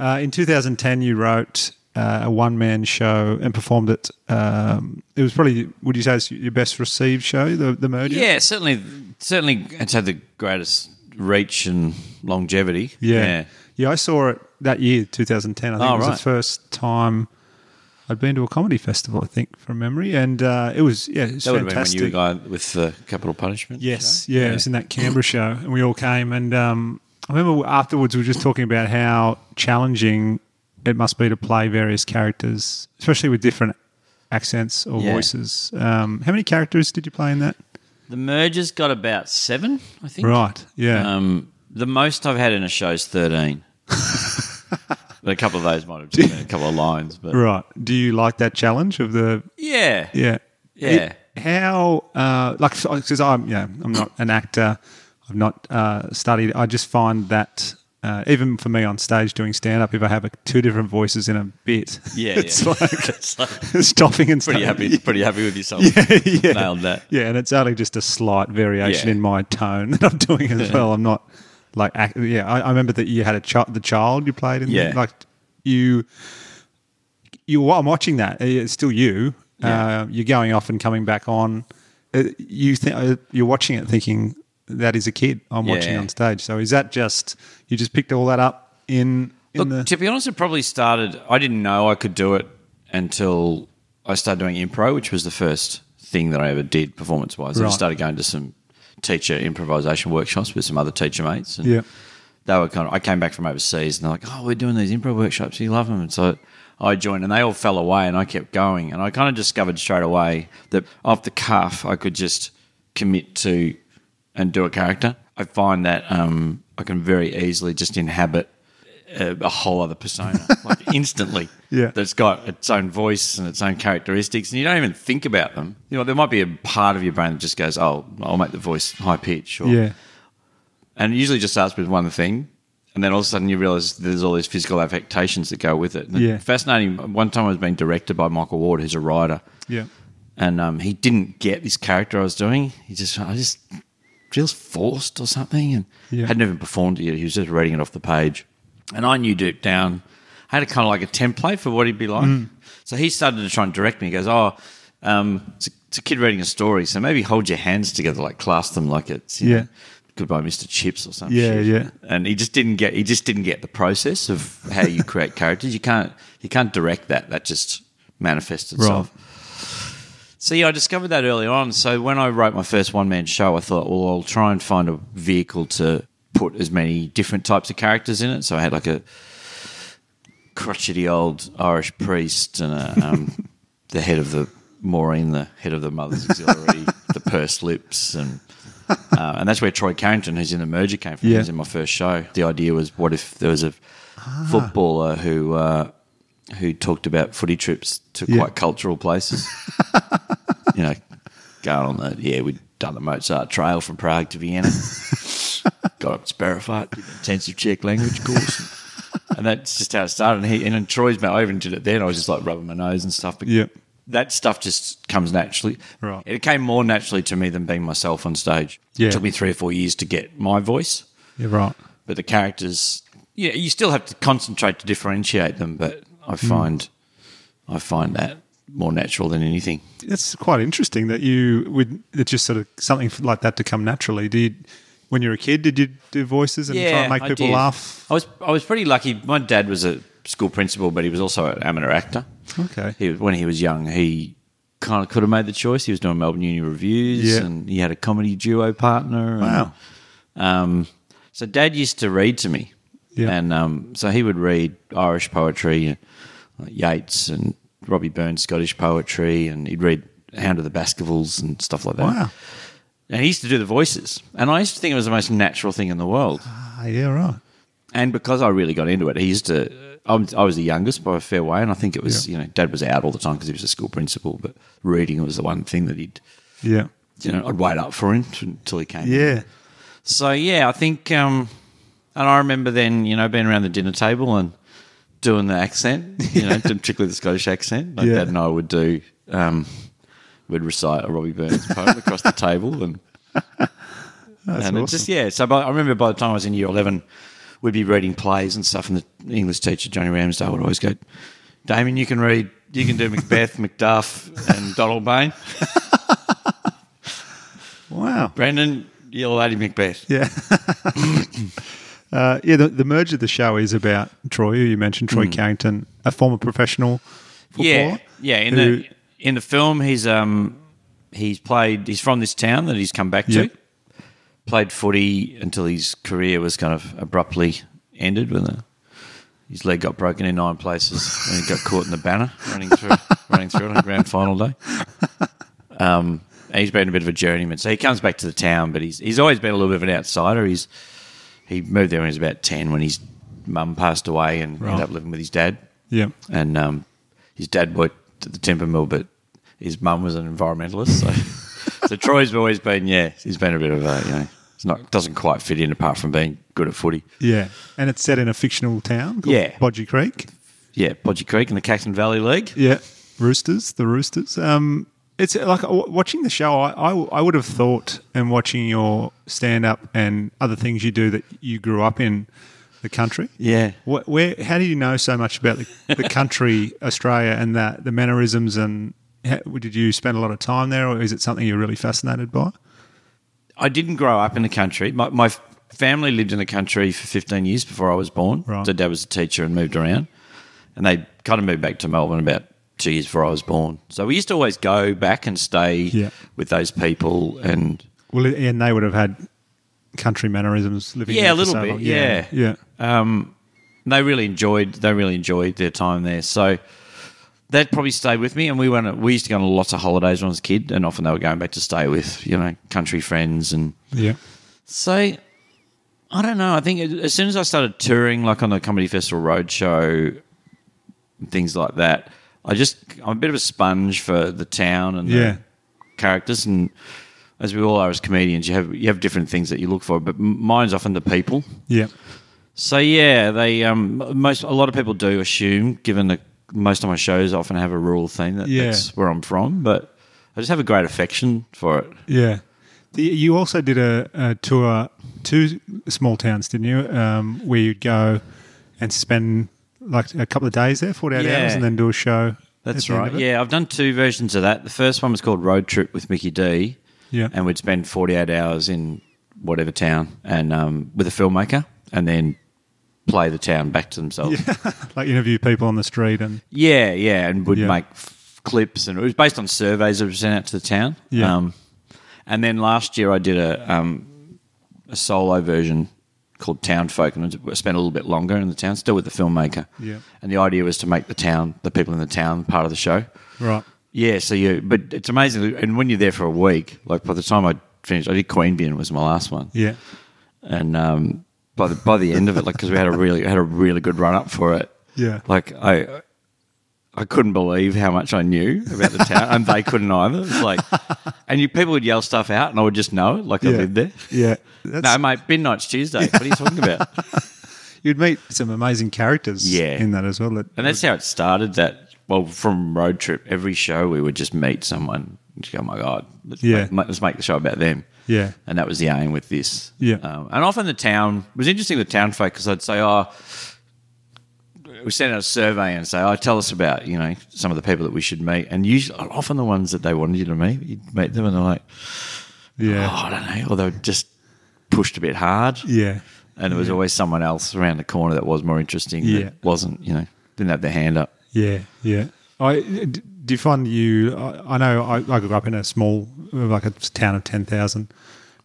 Uh, in 2010, you wrote uh, a one-man show and performed it. Um, it was probably, would you say, it's your best received show, the the merger? Yeah, certainly, certainly, it's had the greatest reach and longevity. yeah, yeah. I saw it that year, 2010. I think Oh, it was right. the first time I'd been to a comedy festival, I think, from memory, and uh, it was yeah, it was That would have been when fantastic. you were guy with uh, capital punishment. Yes, yeah, it was in that Canberra show, and we all came. And um, I remember afterwards we were just talking about how challenging it must be to play various characters, especially with different accents or Yeah. voices. Um, how many characters did you play in that? The merger's got about seven, I think. Right, yeah, Um, the most I've had in a show's [laughs] thirteen. but a couple of those might have just been a couple of lines, but right. Do you like that challenge of the yeah, yeah, Yeah. It- how uh, like because I'm yeah I'm not an actor. I've not uh, studied. I just find that. Uh, even for me on stage doing stand up, if I have a, two different voices in a bit, yeah. [laughs] it's yeah. like [laughs] It's like stopping and pretty starting. happy, [laughs] pretty happy with yourself. yeah. Nailed that. Yeah, and it's only just a slight variation Yeah. in my tone [laughs] that I'm doing as well. I'm not like act- yeah. I, I remember that you had a child, the child you played in. Yeah. like you, you. While I'm watching that, uh, it's still you. Yeah. Uh, you're going off and coming back on. Uh, you think uh, you're watching it, thinking that is a kid I'm watching Yeah. on stage. So is that just you just picked all that up in in Look, the to be honest, it probably started. I didn't know I could do it until I started doing improv, which was the first thing that I ever did performance wise. I Right. started going to some teacher improvisation workshops with some other teacher mates. And Yeah. They were kind of, I came back from overseas and they're like, oh, we're doing these improv workshops. You love them. And so I joined and they all fell away and I kept going. And I kind of discovered straight away that off the cuff, I could just commit to and do a character. I find that um, I can very easily just inhabit a, a whole other persona, like instantly. Yeah. that's got its own voice and its own characteristics, and you don't even think about them. You know, there might be a part of your brain that just goes, "Oh, I'll make the voice high pitch," or yeah and it usually just starts with one thing, and then all of a sudden you realise there's all these physical affectations that go with it. And Yeah. fascinating. One time I was being directed by Michael Ward, who's a writer, yeah and um, he didn't get this character I was doing. He just, I just feels forced or something, and Yeah. hadn't even performed it yet. He was just reading it off the page, and I knew Duke down. I had a kind of like a template for what he'd be like. Mm. So he started to try and direct me. He goes, "Oh, um, it's, a, it's a kid reading a story, so maybe hold your hands together, like clasp them, like it's you Yeah. know, goodbye, Mister Chips, or something." Yeah, yeah. And he just didn't get he just didn't get the process of how you create characters. You can't you can't direct that. That just manifests itself. So yeah, I discovered that early on. So when I wrote my first one man show, I thought, well, I'll try and find a vehicle to put as many different types of characters in it. So I had like a crotchety old Irish priest and [laughs] a, um, the head of the Maureen, the head of the Mother's [laughs] Auxiliary, the purse lips, and uh, and that's where Troy Carrington, who's in the merger, came from. He Yeah. Ah. was in my first show. The idea was, what if there was a footballer who uh, who talked about footy trips to Yeah. quite [laughs] cultural places? you know, going on the yeah, we'd done the Mozart Trail from Prague to Vienna. Got up to Sparafart, did intensive Czech language course. And that's just how it started. And, he, and then Troy's mate, I even did it then. I was just like rubbing my nose and stuff. But Yeah. that stuff just comes naturally. Right. It came more naturally to me than being myself on stage. Yeah. It took me three or four years to get my voice, Yeah, right. but the characters, yeah, you still have to concentrate to differentiate them. But I Hmm. find, I find that more natural than anything. That's quite interesting that you would it just sort of something like that to come naturally. Did when you were a kid, did you do voices and try and make I people did. laugh? I was I was pretty lucky. My dad was a school principal, but he was also an amateur actor. Okay. He when he was young, he kind of could have made the choice. He was doing Melbourne Uni reviews, Yeah. and he had a comedy duo partner. and- Wow. um, so dad used to read to me, Yeah. and um, so he would read Irish poetry, like Yeats and Robbie Burns Scottish poetry, and he'd read Hound of the Baskervilles and stuff like that. Wow. And he used to do the voices, and I used to think it was the most natural thing in the world. Ah, yeah, right. And because I really got into it, he used to. I'm, I was the youngest by a fair way, and I think it was you know Dad was out all the time because he was a school principal, but reading was the one thing that he'd Yeah. you know I'd wait up for him t- until he came. Yeah. So yeah, I think, um, and I remember then you know being around the dinner table and doing the accent, you [laughs] know, particularly the Scottish accent. Like Yeah. Dad and I would do, um, would recite a Robbie Burns poem across the table [laughs] and and it awesome. just yeah. So by, I remember by the time I was in year eleven, we'd be reading plays and stuff, and the English teacher Johnny Ramsdale would always go, "Damien, you can read, you can do Macbeth, Macduff, and Donald Bain. Wow. Brandon, you're Lady Macbeth." Yeah. [laughs] uh, yeah, the, the merge of the show is about Troy, who you mentioned, Troy Carrington, a former professional footballer. Hmm. Yeah, yeah. In who- the in the film, he's um he's played. He's from this town that he's come back to. Yep. Played footy until his career was kind of abruptly ended with a. His leg got broken in nine places and he got caught in the banner running through running through it on grand final day. Um, and he's been a bit of a journeyman, so he comes back to the town, but he's he's always been a little bit of an outsider. He's he moved there when he was about ten when his mum passed away and ended up living with his dad Yeah. and um, his dad worked at the timber mill, but his mum was an environmentalist. [laughs] So, so Troy's always been, yeah, he's been a bit of a, you know, it's not doesn't quite fit in apart from being good at footy. Yeah. And it's set in a fictional town called Yeah. Bodgy Creek. Yeah, Bodgy Creek in the Caxton Valley League. Yeah, Roosters, the Roosters. Um, it's like w- watching the show. I, I, I would have thought, and watching your stand up and other things you do that you grew up in the country. Yeah. Wh- where? How do you know so much about the, [laughs] the country, Australia, and that the mannerisms and how, did you spend a lot of time there, or is it something you're really fascinated by? I didn't grow up in the country. My, my family lived in the country for 15 years before I was born. Right. So dad was a teacher and moved around. And they kind of moved back to Melbourne about two years before I was born. So we used to always go back and stay Yeah. with those people and Well, and they would have had country mannerisms living. Yeah, there a for little so bit, long. yeah. yeah, And they really enjoyed they really enjoyed their time there. So that probably stayed with me. And we went on- we used to go on lots of holidays when I was a kid, and often they were going back to stay with you know country friends and yeah. so I don't know. I think as- as soon as I started touring, like on the comedy festival roadshow, and things like that, I just I'm a bit of a sponge for the town and Yeah. the characters and. As we all are as comedians, you have you have different things that you look for, but m- mine's often the people. yeah. So yeah, they um most a lot of people do assume, given that most of my shows often have a rural theme that Yeah. that's where I'm from, but I just have a great affection for it. Yeah. The, you also did a, a tour to small towns, didn't you? Um, where you'd go and spend like a couple of days there, 48 Yeah. hours, and then do a show. at That's the end right. of it? Yeah, I've done two versions of that. The first one was called Road Trip with Mickey D. Yeah. And we'd spend 48 hours in whatever town and um, with a filmmaker and then play the town back to themselves. Yeah, [laughs] Like interview people on the street and yeah. and would Yeah. make f- clips and it was based on surveys that were sent out to the town. Yeah. Um, and then last year I did a, um, a solo version called Town Folk and I spent a little bit longer in the town, still with the filmmaker. Yeah. And the idea was to make the town, the people in the town, part of the show. right. Yeah, so you, but it's amazing. And when you're there for a week, like by the time I finished, I did Queen Bean was my last one, Yeah. and um, by the by the end of it, like because we had a really had a really good run up for it. Yeah. like I, I couldn't believe how much I knew about the town, and they couldn't either. It's like, and you people would yell stuff out, and I would just know it, like I Yeah. lived there. Yeah. That's, No, mate, bin night's Tuesday. What are you talking about? you'd meet some amazing characters Yeah. in that as well. That, And that's how it started. That well, from road trip, every show we would just meet someone. and Just go, oh my god, let's, Yeah. make, let's make the show about them. Yeah. and that was the aim with this. Yeah. um, and often the town it was interesting. The town folk because I'd say, oh, we sent out a survey and say, oh, tell us about you know some of the people that we should meet. And usually, often the ones that they wanted you to meet, you'd meet them, and they're like, yeah. [gasps] oh, I don't know, or they were just pushed a bit hard. Yeah. And there was always someone else around the corner that was more interesting. Yeah. that wasn't you know didn't have their hand up. Yeah, yeah. I d- do you find you? I, I know I, I grew up in a small, like a town of ten thousand.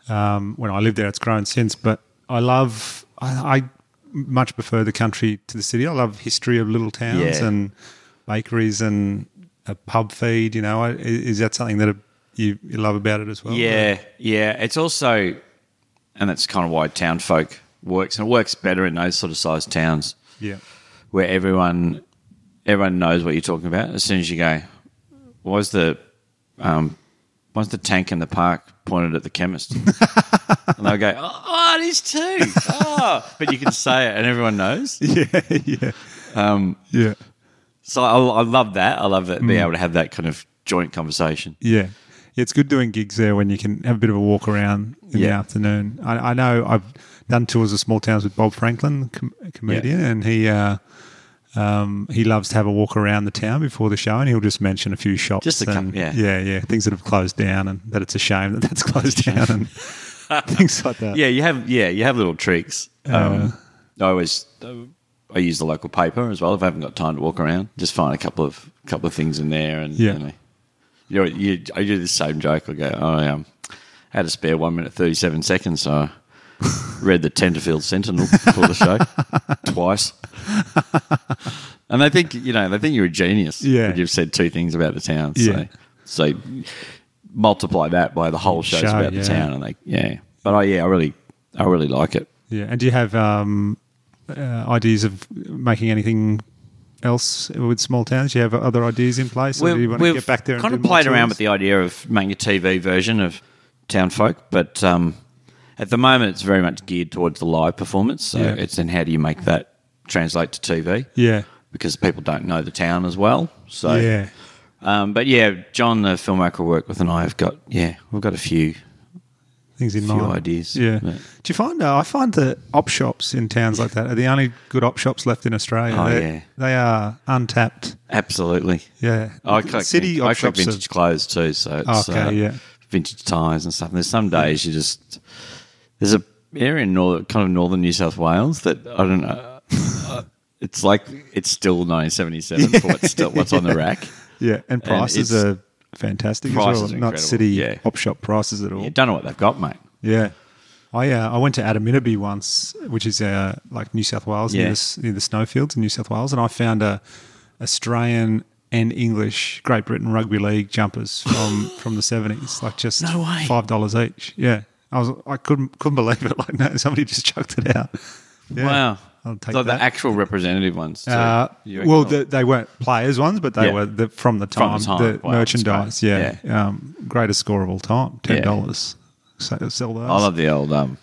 Um, when I lived there, it's grown since, but I love. I, I much prefer the country to the city. I love history of little towns Yeah. and bakeries and a pub feed. You know, I, i- is that something that you, you love about it as well? Yeah, yeah. It's also, and that's kind of why town folk works, and it works better in those sort of sized towns yeah, [laughs] where everyone everyone knows what you're talking about. As soon as you go, was the um, was the tank in the park pointed at the chemist, and they'll go, oh, oh, it is too. Oh. But you can say it, and everyone knows. yeah, yeah, um, yeah, So I, I love that. I love that being able to have that kind of joint conversation. yeah. It's good doing gigs there when you can have a bit of a walk around in the Yeah. afternoon. I, I know I've done tours of small towns with Bob Franklin, com- a comedian, and he uh, um, he loves to have a walk around the town before the show, and he'll just mention a few shops, Just a cou- and, yeah. yeah, yeah, things that have closed down, and that it's a shame that that's [laughs] closed down, [laughs] and things like that. Yeah, you have. Yeah, you have little tricks. Um, I always I use the local paper as well if I haven't got time to walk around. Just find a couple of couple of things in there, and Yeah. you know, you know, you, I do the same joke. I go, oh, I um, had a spare one minute thirty seven seconds, so I read the Tenterfield Sentinel before [laughs] the show twice. and they think you know they think you're a genius. Yeah. when you've said two things about the town. So, Yeah. so multiply that by the whole show's Show, about yeah. the town, and they yeah. But I yeah, I really I really like it. Yeah, and do you have um, uh, ideas of making anything else with small towns? Do you have other ideas in place? or do you want to get back there? kind and of do more played around tours? with the idea of making a TV version of Town Folk, but um, at the moment it's very much geared towards the live performance. So Yeah. it's then how do you make that translate to TV? Yeah, Because people don't know the town as well. So yeah, Um, but yeah, John, the filmmaker I work with, and I have got yeah, we've got a few. things in Few mind. ideas, Yeah. but- Do you find? Uh, I find the op shops in towns like that are the only good op shops left in Australia. Oh, They- yeah. they are untapped. Absolutely. Yeah, I collect, city I op collect shops. are- vintage clothes too, so it's Okay, uh, yeah. vintage ties and stuff. And there's some days you just there's a area in northern, kind of northern New South Wales that I don't know. [laughs] uh, it's like it's still 1977 for what's still what's on the [laughs] rack. yeah, and prices it's- are fantastic as well. Prices Not are incredible, city yeah. op shop prices at all. You don't know what they've got, mate. Yeah. I, uh, I went to Adaminaby once, which is uh, like New South Wales, near, Yeah. the, s- near the snowfields in New South Wales, and I found a Australian and English Great Britain rugby league jumpers [gasps] from, from the seventies, like just No way. five dollars each. Yeah, I was I couldn't couldn't believe it. [laughs] Like, no, somebody just chucked it out. Yeah. Wow, I'll take So that. the actual representative ones. too. Uh, You reckon well, they'll- the, they weren't players ones, but they Yeah. were the, from the time, From the, the time. Wow, that's great. merchandise. Yeah, Um, greatest score of all time, ten dollars. So sell those. I love the old um,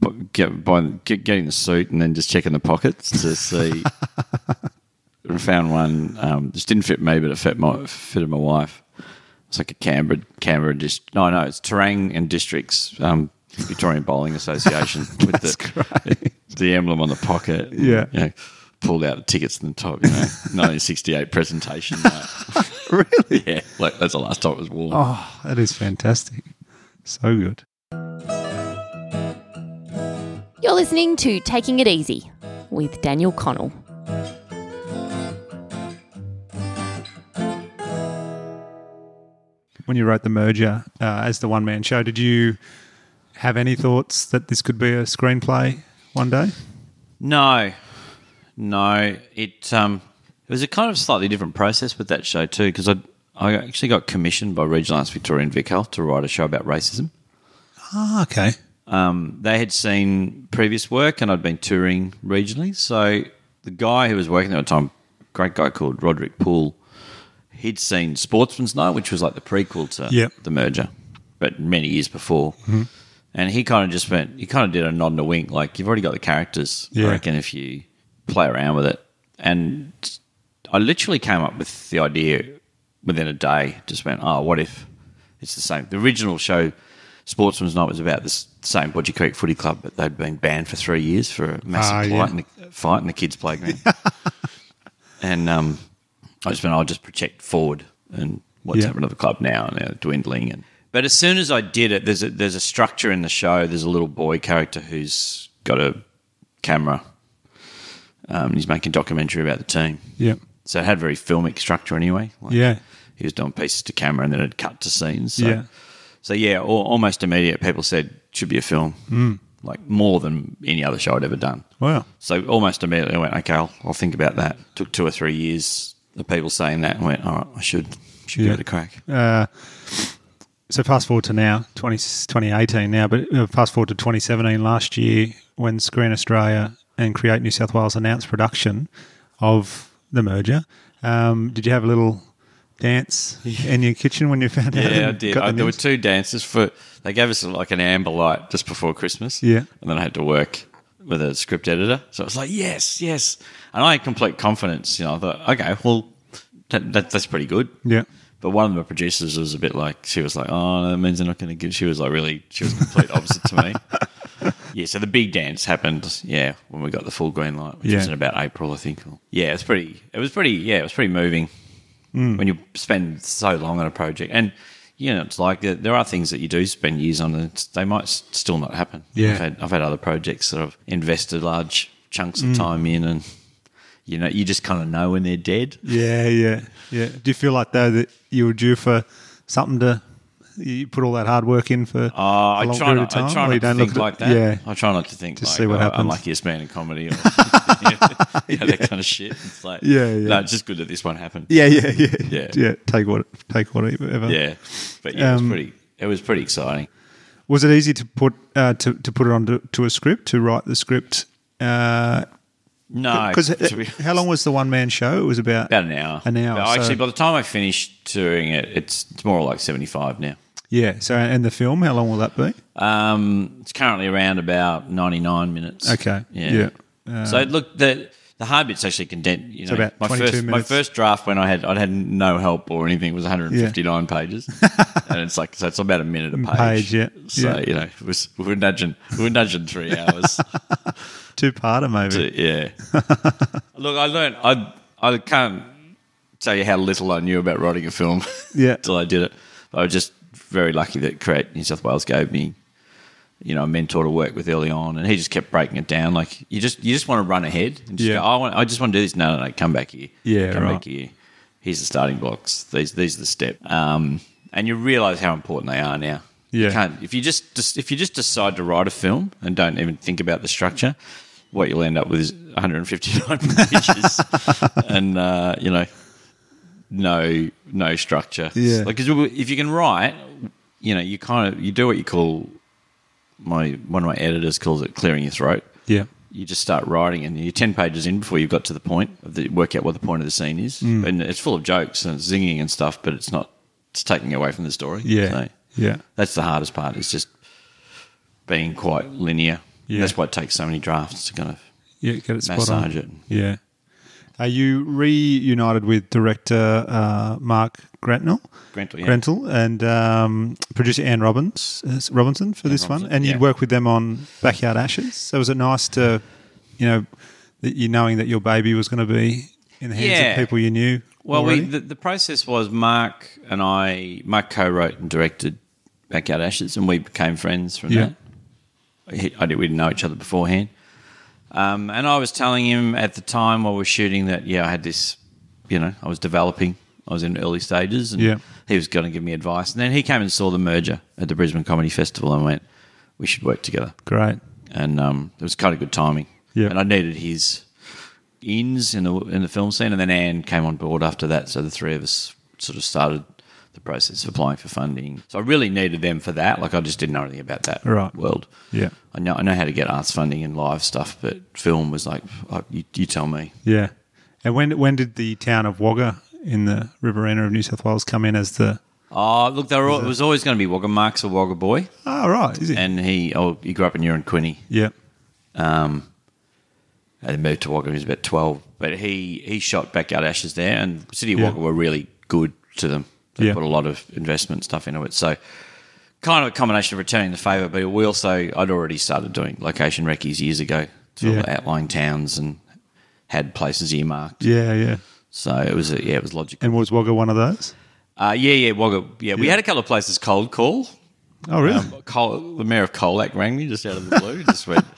bu- get, buying, get, getting the suit and then just checking the pockets to [laughs] see. I found one. Um, this didn't fit me, but it fit my fitted my wife. It's like a Canberra, Canberra district. No, no, it's Terang and Districts um, Victorian [laughs] Bowling Association with the, [laughs] the emblem on the pocket. and, Yeah. you know, pulled out the tickets in the top. [laughs] You know, 1968 presentation. like, really? yeah, like that's the last time it was worn. Oh, that is fantastic. So good. You're listening to Taking It Easy with Daniel Connell. When you wrote the merger uh, as the one man show, did you have any thoughts that this could be a screenplay one day? No, no. It um, it was a kind of slightly different process with that show too, because I I actually got commissioned by Regional Arts Victoria and Vic Health to write a show about racism. Ah, okay. Um, they had seen previous work, and I'd been touring regionally. So the guy who was working there at the time, great guy called Roderick Poole, he'd seen Sportsman's Night, which was like the prequel to Yep. the merger, but many years before. And he kind of just went, he kind of did a nod and a wink, like, you've already got the characters. Yeah. I reckon if you play around with it. And I literally came up with the idea within a day, just went, oh, what if it's the same? The original show, Sportsman's Night, was about the s- same Bodgy Creek Footy Club, but they'd been banned for three years for a massive Ah, yeah. plight in the, fight in the kids' playground. And um, I just went, I'll just project forward and what's Yeah. happening to the club now and they're dwindling. And but as soon as I did it, there's a, there's a structure in the show. There's a little boy character who's got a camera. Um, and he's making a documentary about the team. Yeah. So it had very filmic structure anyway. Like Yeah. He was doing pieces to camera and then it'd cut to scenes. So, Yeah. So yeah, al almost immediate. People said should be a film, mm. like more than any other show I'd ever done. Hmm. Wow. So almost immediately I went, okay, I'll, I'll think about that. Took two or three years of people saying that and went, all right, I should, should Yeah. give it a crack. Uh, so fast forward to now, 20, 2018 now, but uh, fast forward to 2017 last year when Screen Australia and Create New South Wales announced production of the merger. Um, did you have a little [laughs] dance in your kitchen when you found out? and Yeah, I did. got the I, there were news? two dances for, they gave us like an amber light just before Christmas. Yeah. And then I had to work with a script editor. So I was like, yes, yes. And I had complete confidence. You know, I thought, okay, well, that, that, that's pretty good. Yeah. But one of the producers was a bit like, she was like, oh, that means they're not going to give. She was like, really, she was complete opposite to me. [laughs] Yeah, so the big dance happened, yeah, when we got the full green light, which Yeah. was in about April, I think. Or- Yeah, it's pretty, it was pretty, yeah, it was pretty moving Mm. when you spend so long on a project. And, you know, it's like uh, there are things that you do spend years on, and it's- they might s- still not happen. Yeah. I've had, I've had other projects that I've invested large chunks Mm. of time in, and, you know, you just kind of know when they're dead. Yeah, yeah, yeah. Do you feel like though that you were due for something to? You put all that hard work in for a Uh, I long try period of not, time. I try or you not to don't look think at it- like that. Yeah, I try not to think Just like, see what oh, happens. unluckiest man [laughs] in comedy [laughs] or you know, that kind of shit. It's like, Yeah, yeah. No, it's just good that this one happened. yeah, yeah, yeah, Yeah. yeah. Take what, take whatever. Yeah. But yeah, Um, it was pretty, it was pretty exciting. Was it easy to put uh, to to put it onto to a script to write the script? Because No, Uh, to be- uh, how long was the one man show? It was about [laughs] About an hour. An hour, But actually, so- by the time I finished touring it, it's, it's more like 75 now. yeah. So and the film, how long will that be? Um, it's currently around about 99 minutes. Okay. Yeah. Yeah. Uh, so look, the the hard bit's actually condensed. You know, about my 22 first my minutes. first draft when I had I had no help or anything was 159 pages, [laughs] and it's like so it's about a minute a page. Page, yeah. So Yeah. you know, it was, we were nudging we were nudging three [laughs] hours. Two parter maybe. to- [laughs] yeah. look, I learned I I can't tell you how little I knew about writing a film. [laughs] Yeah. till I did it. I was just very lucky that Create New South Wales gave me, you know, a mentor to work with early on, and he just kept breaking it down. Like you just you just want to run ahead. And just Yeah. go, I want. I just want to do this. No, no, no. Come back here. Yeah, come right. back here. Here's the starting blocks. These these are the step. Um, and you realise how important they are now. Yeah. You can't if you just, just if you just decide to write a film and don't even think about the structure, what you'll end up with is 159 [laughs] pages, and uh, you know no no structure. Yeah. Like 'cause if you can write, you know, you kind of you do what you call my one of my editors calls it clearing your throat. Yeah. You just start writing, and you're ten pages in before you've got to the point of the work out what the point of the scene is, Hmm. and it's full of jokes and it's zinging and stuff, but it's not. It's taking away from the story. Yeah. So Yeah. that's the hardest part. Is just being quite linear. Yeah. That's why it takes so many drafts to kind of Yeah. Get it spot massage on. it. Yeah. Are you reunited with director uh, Mark Grantnell? Grentel, yeah. Grentel and um, producer Anne Robbins uh, Robinson for this one, Robinson, and yeah. you'd work with them on Backyard Ashes. So was it nice to, you know, that you knowing that your baby was going to be in the hands Yeah. of people you knew? Well, we, already? the, the process was Mark and I, Mark co wrote and directed Backyard Ashes, and we became friends from Yeah. that. He, I did, we didn't know each other beforehand. Um, and I was telling him at the time while we were shooting that, yeah, I had this, you know, I was developing, I was in early stages, and Yeah. he was going to give me advice. And then he came and saw the merger at the Brisbane Comedy Festival and went, we should work together great. and um, it was kind of good timing. Yeah. and I needed his ins in the in the film scene, and then Anne came on board after that. So the three of us sort of started the process of applying for funding. So I really needed them for that. Like I just didn't know anything about that Right. world. Yeah. I know I know how to get arts funding and live stuff, but film was like oh, you, you tell me. Yeah. And when when did the town of Wagga in the Riverina of New South Wales come in as the? Oh, look, they were all, it was always going to be Wagga Mark's a Wagga boy, Oh right, is it? and he oh he grew up in Urinquinny. yeah. um, and moved to Wagga. when He was about twelve, but he he shot Backyard Ashes there, and City of Yeah. Wagga were really good to them. They Yeah. put a lot of investment stuff into it, so kind of a combination of returning the favour, but we also I'd already started doing location recce's years ago to all Yeah. the outlying towns and had places earmarked. Yeah, yeah. So it was a, yeah, it was logical. And was Wagga one of those? Uh, yeah, yeah, Wagga. Yeah, we had a couple of places cold call. Oh really? Um, Col- the mayor of Colac rang me just out of the blue. Just went. [laughs]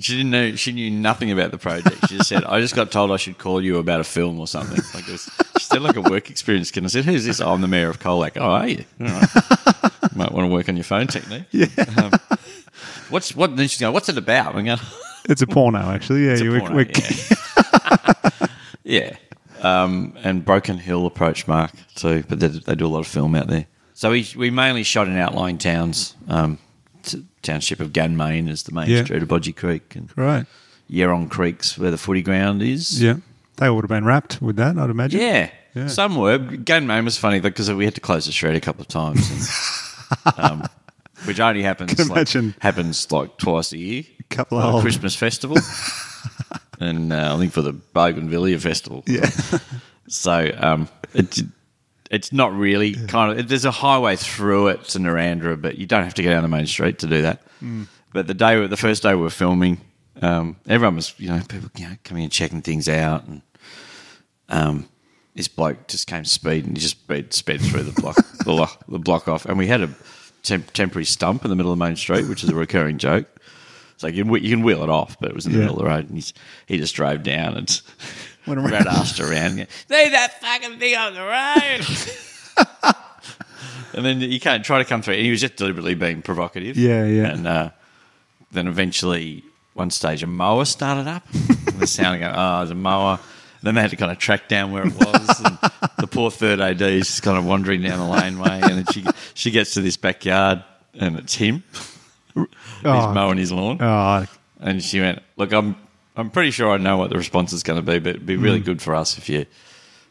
She didn't know. She knew nothing about the project. She just said, "I just got told I should call you about a film or something." Like it was, she said, like a work experience. Can I said, "Who's this?" "Oh, I'm the mayor of Colac." Oh, are you? All right. [laughs] Might want to work on your phone technique. Yeah. Um, what's what? Then she's going, "What's it about?" I'm going, it's a porno actually. Yeah, "It's a you- we- porno, we- [laughs] yeah. yeah. Um, and Broken Hill approached Mark too, but they, they do a lot of film out there. So we, we mainly shot in outlying towns. Um, t- township of Ganmain is the main Yeah. street of Bodgy Creek and right. Yerong Creek's where the footy ground is. Yeah, they would have been wrapped with that, I'd imagine. Yeah. Yeah. Some were. Ganmain was funny because we had to close the shred a couple of times. [laughs] And, um, which only happens Can like, imagine. happens like twice a year. Couple for of the old- [laughs] Christmas festival. and uh, I think for the Bougainvillea festival. [laughs] yeah, So um, it, it's not really kind of. There's a highway through it to Narandra, but you don't have to go down the main street to do that. Mm. But the day, the first day we were filming, um, everyone was you know people you know, coming and checking things out, and um, this bloke just came speed and he just sped, sped through [laughs] the block, the, lo- the block off, and we had a temp- temporary stump in the middle of the main street, which is a recurring joke. It's like you can, whe- you can wheel it off, but it was in the Yeah. middle of the road, and he's, he just drove down and Went around. [laughs] ran asked around. Leave that fucking thing on the road. and then you can't try to come through. And he was just deliberately being provocative. Yeah, yeah. And uh, then eventually, one stage, a mower [laughs] started up. and the sound going, oh, there's a mower. Then they had to kind of track down where it was. And the poor third AD is just kind of wandering down the laneway. And then she, she gets to this backyard and it's him. Oh. He's mowing his lawn. oh, And she went, "Look, I'm I'm pretty sure I know what the response is going to be, but it'd be really good for us if you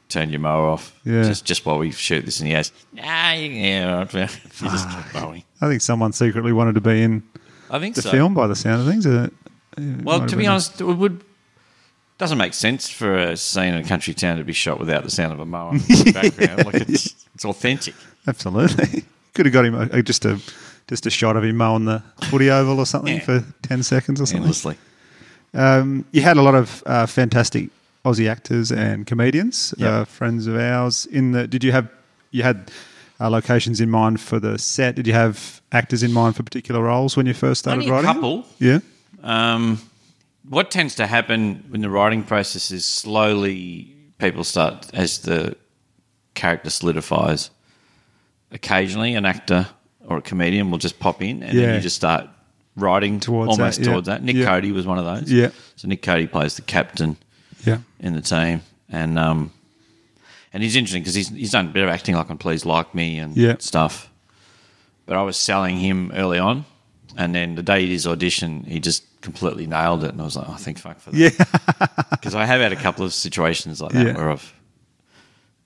turn your mower off Hmm. Yeah. just just while we shoot this." And he goes, "Nah, you can yeah, all right, man." [laughs] He just kept mowing. I think someone secretly wanted to be in I think the so. film by the sound of things. uh, it might Well, have to be been- honest, it would doesn't make sense for a scene in a country town to be shot without the sound of a mower in [laughs] the background. Like it's it's authentic. absolutely [laughs] could have got him uh, just a just a shot of him mowing the footy oval or something Yeah. for ten seconds or something. Endlessly. Um, you had a lot of uh, fantastic Aussie actors and comedians, Yeah. uh, friends of ours. In the did you have you had uh, locations in mind for the set? Did you have actors in mind for particular roles when you first started Only a writing? it? couple. Yeah. Um, what tends to happen in the writing process is slowly people start as the character solidifies. Occasionally, an actor or a comedian will just pop in, and then Yeah. you just start writing Towards almost that, yeah. towards that. Nick Yeah. Cody was one of those. Yeah. So Nick Cody plays the captain Yeah. in the team, and um, and he's interesting because he's he's done a bit of acting like on Please Like Me and Yeah. stuff. But I was selling him early on, and then the day he did his audition, he just completely nailed it, and I was like, oh, thank fuck for that. Yeah. [laughs] Because I have had a couple of situations like that Yeah. where I've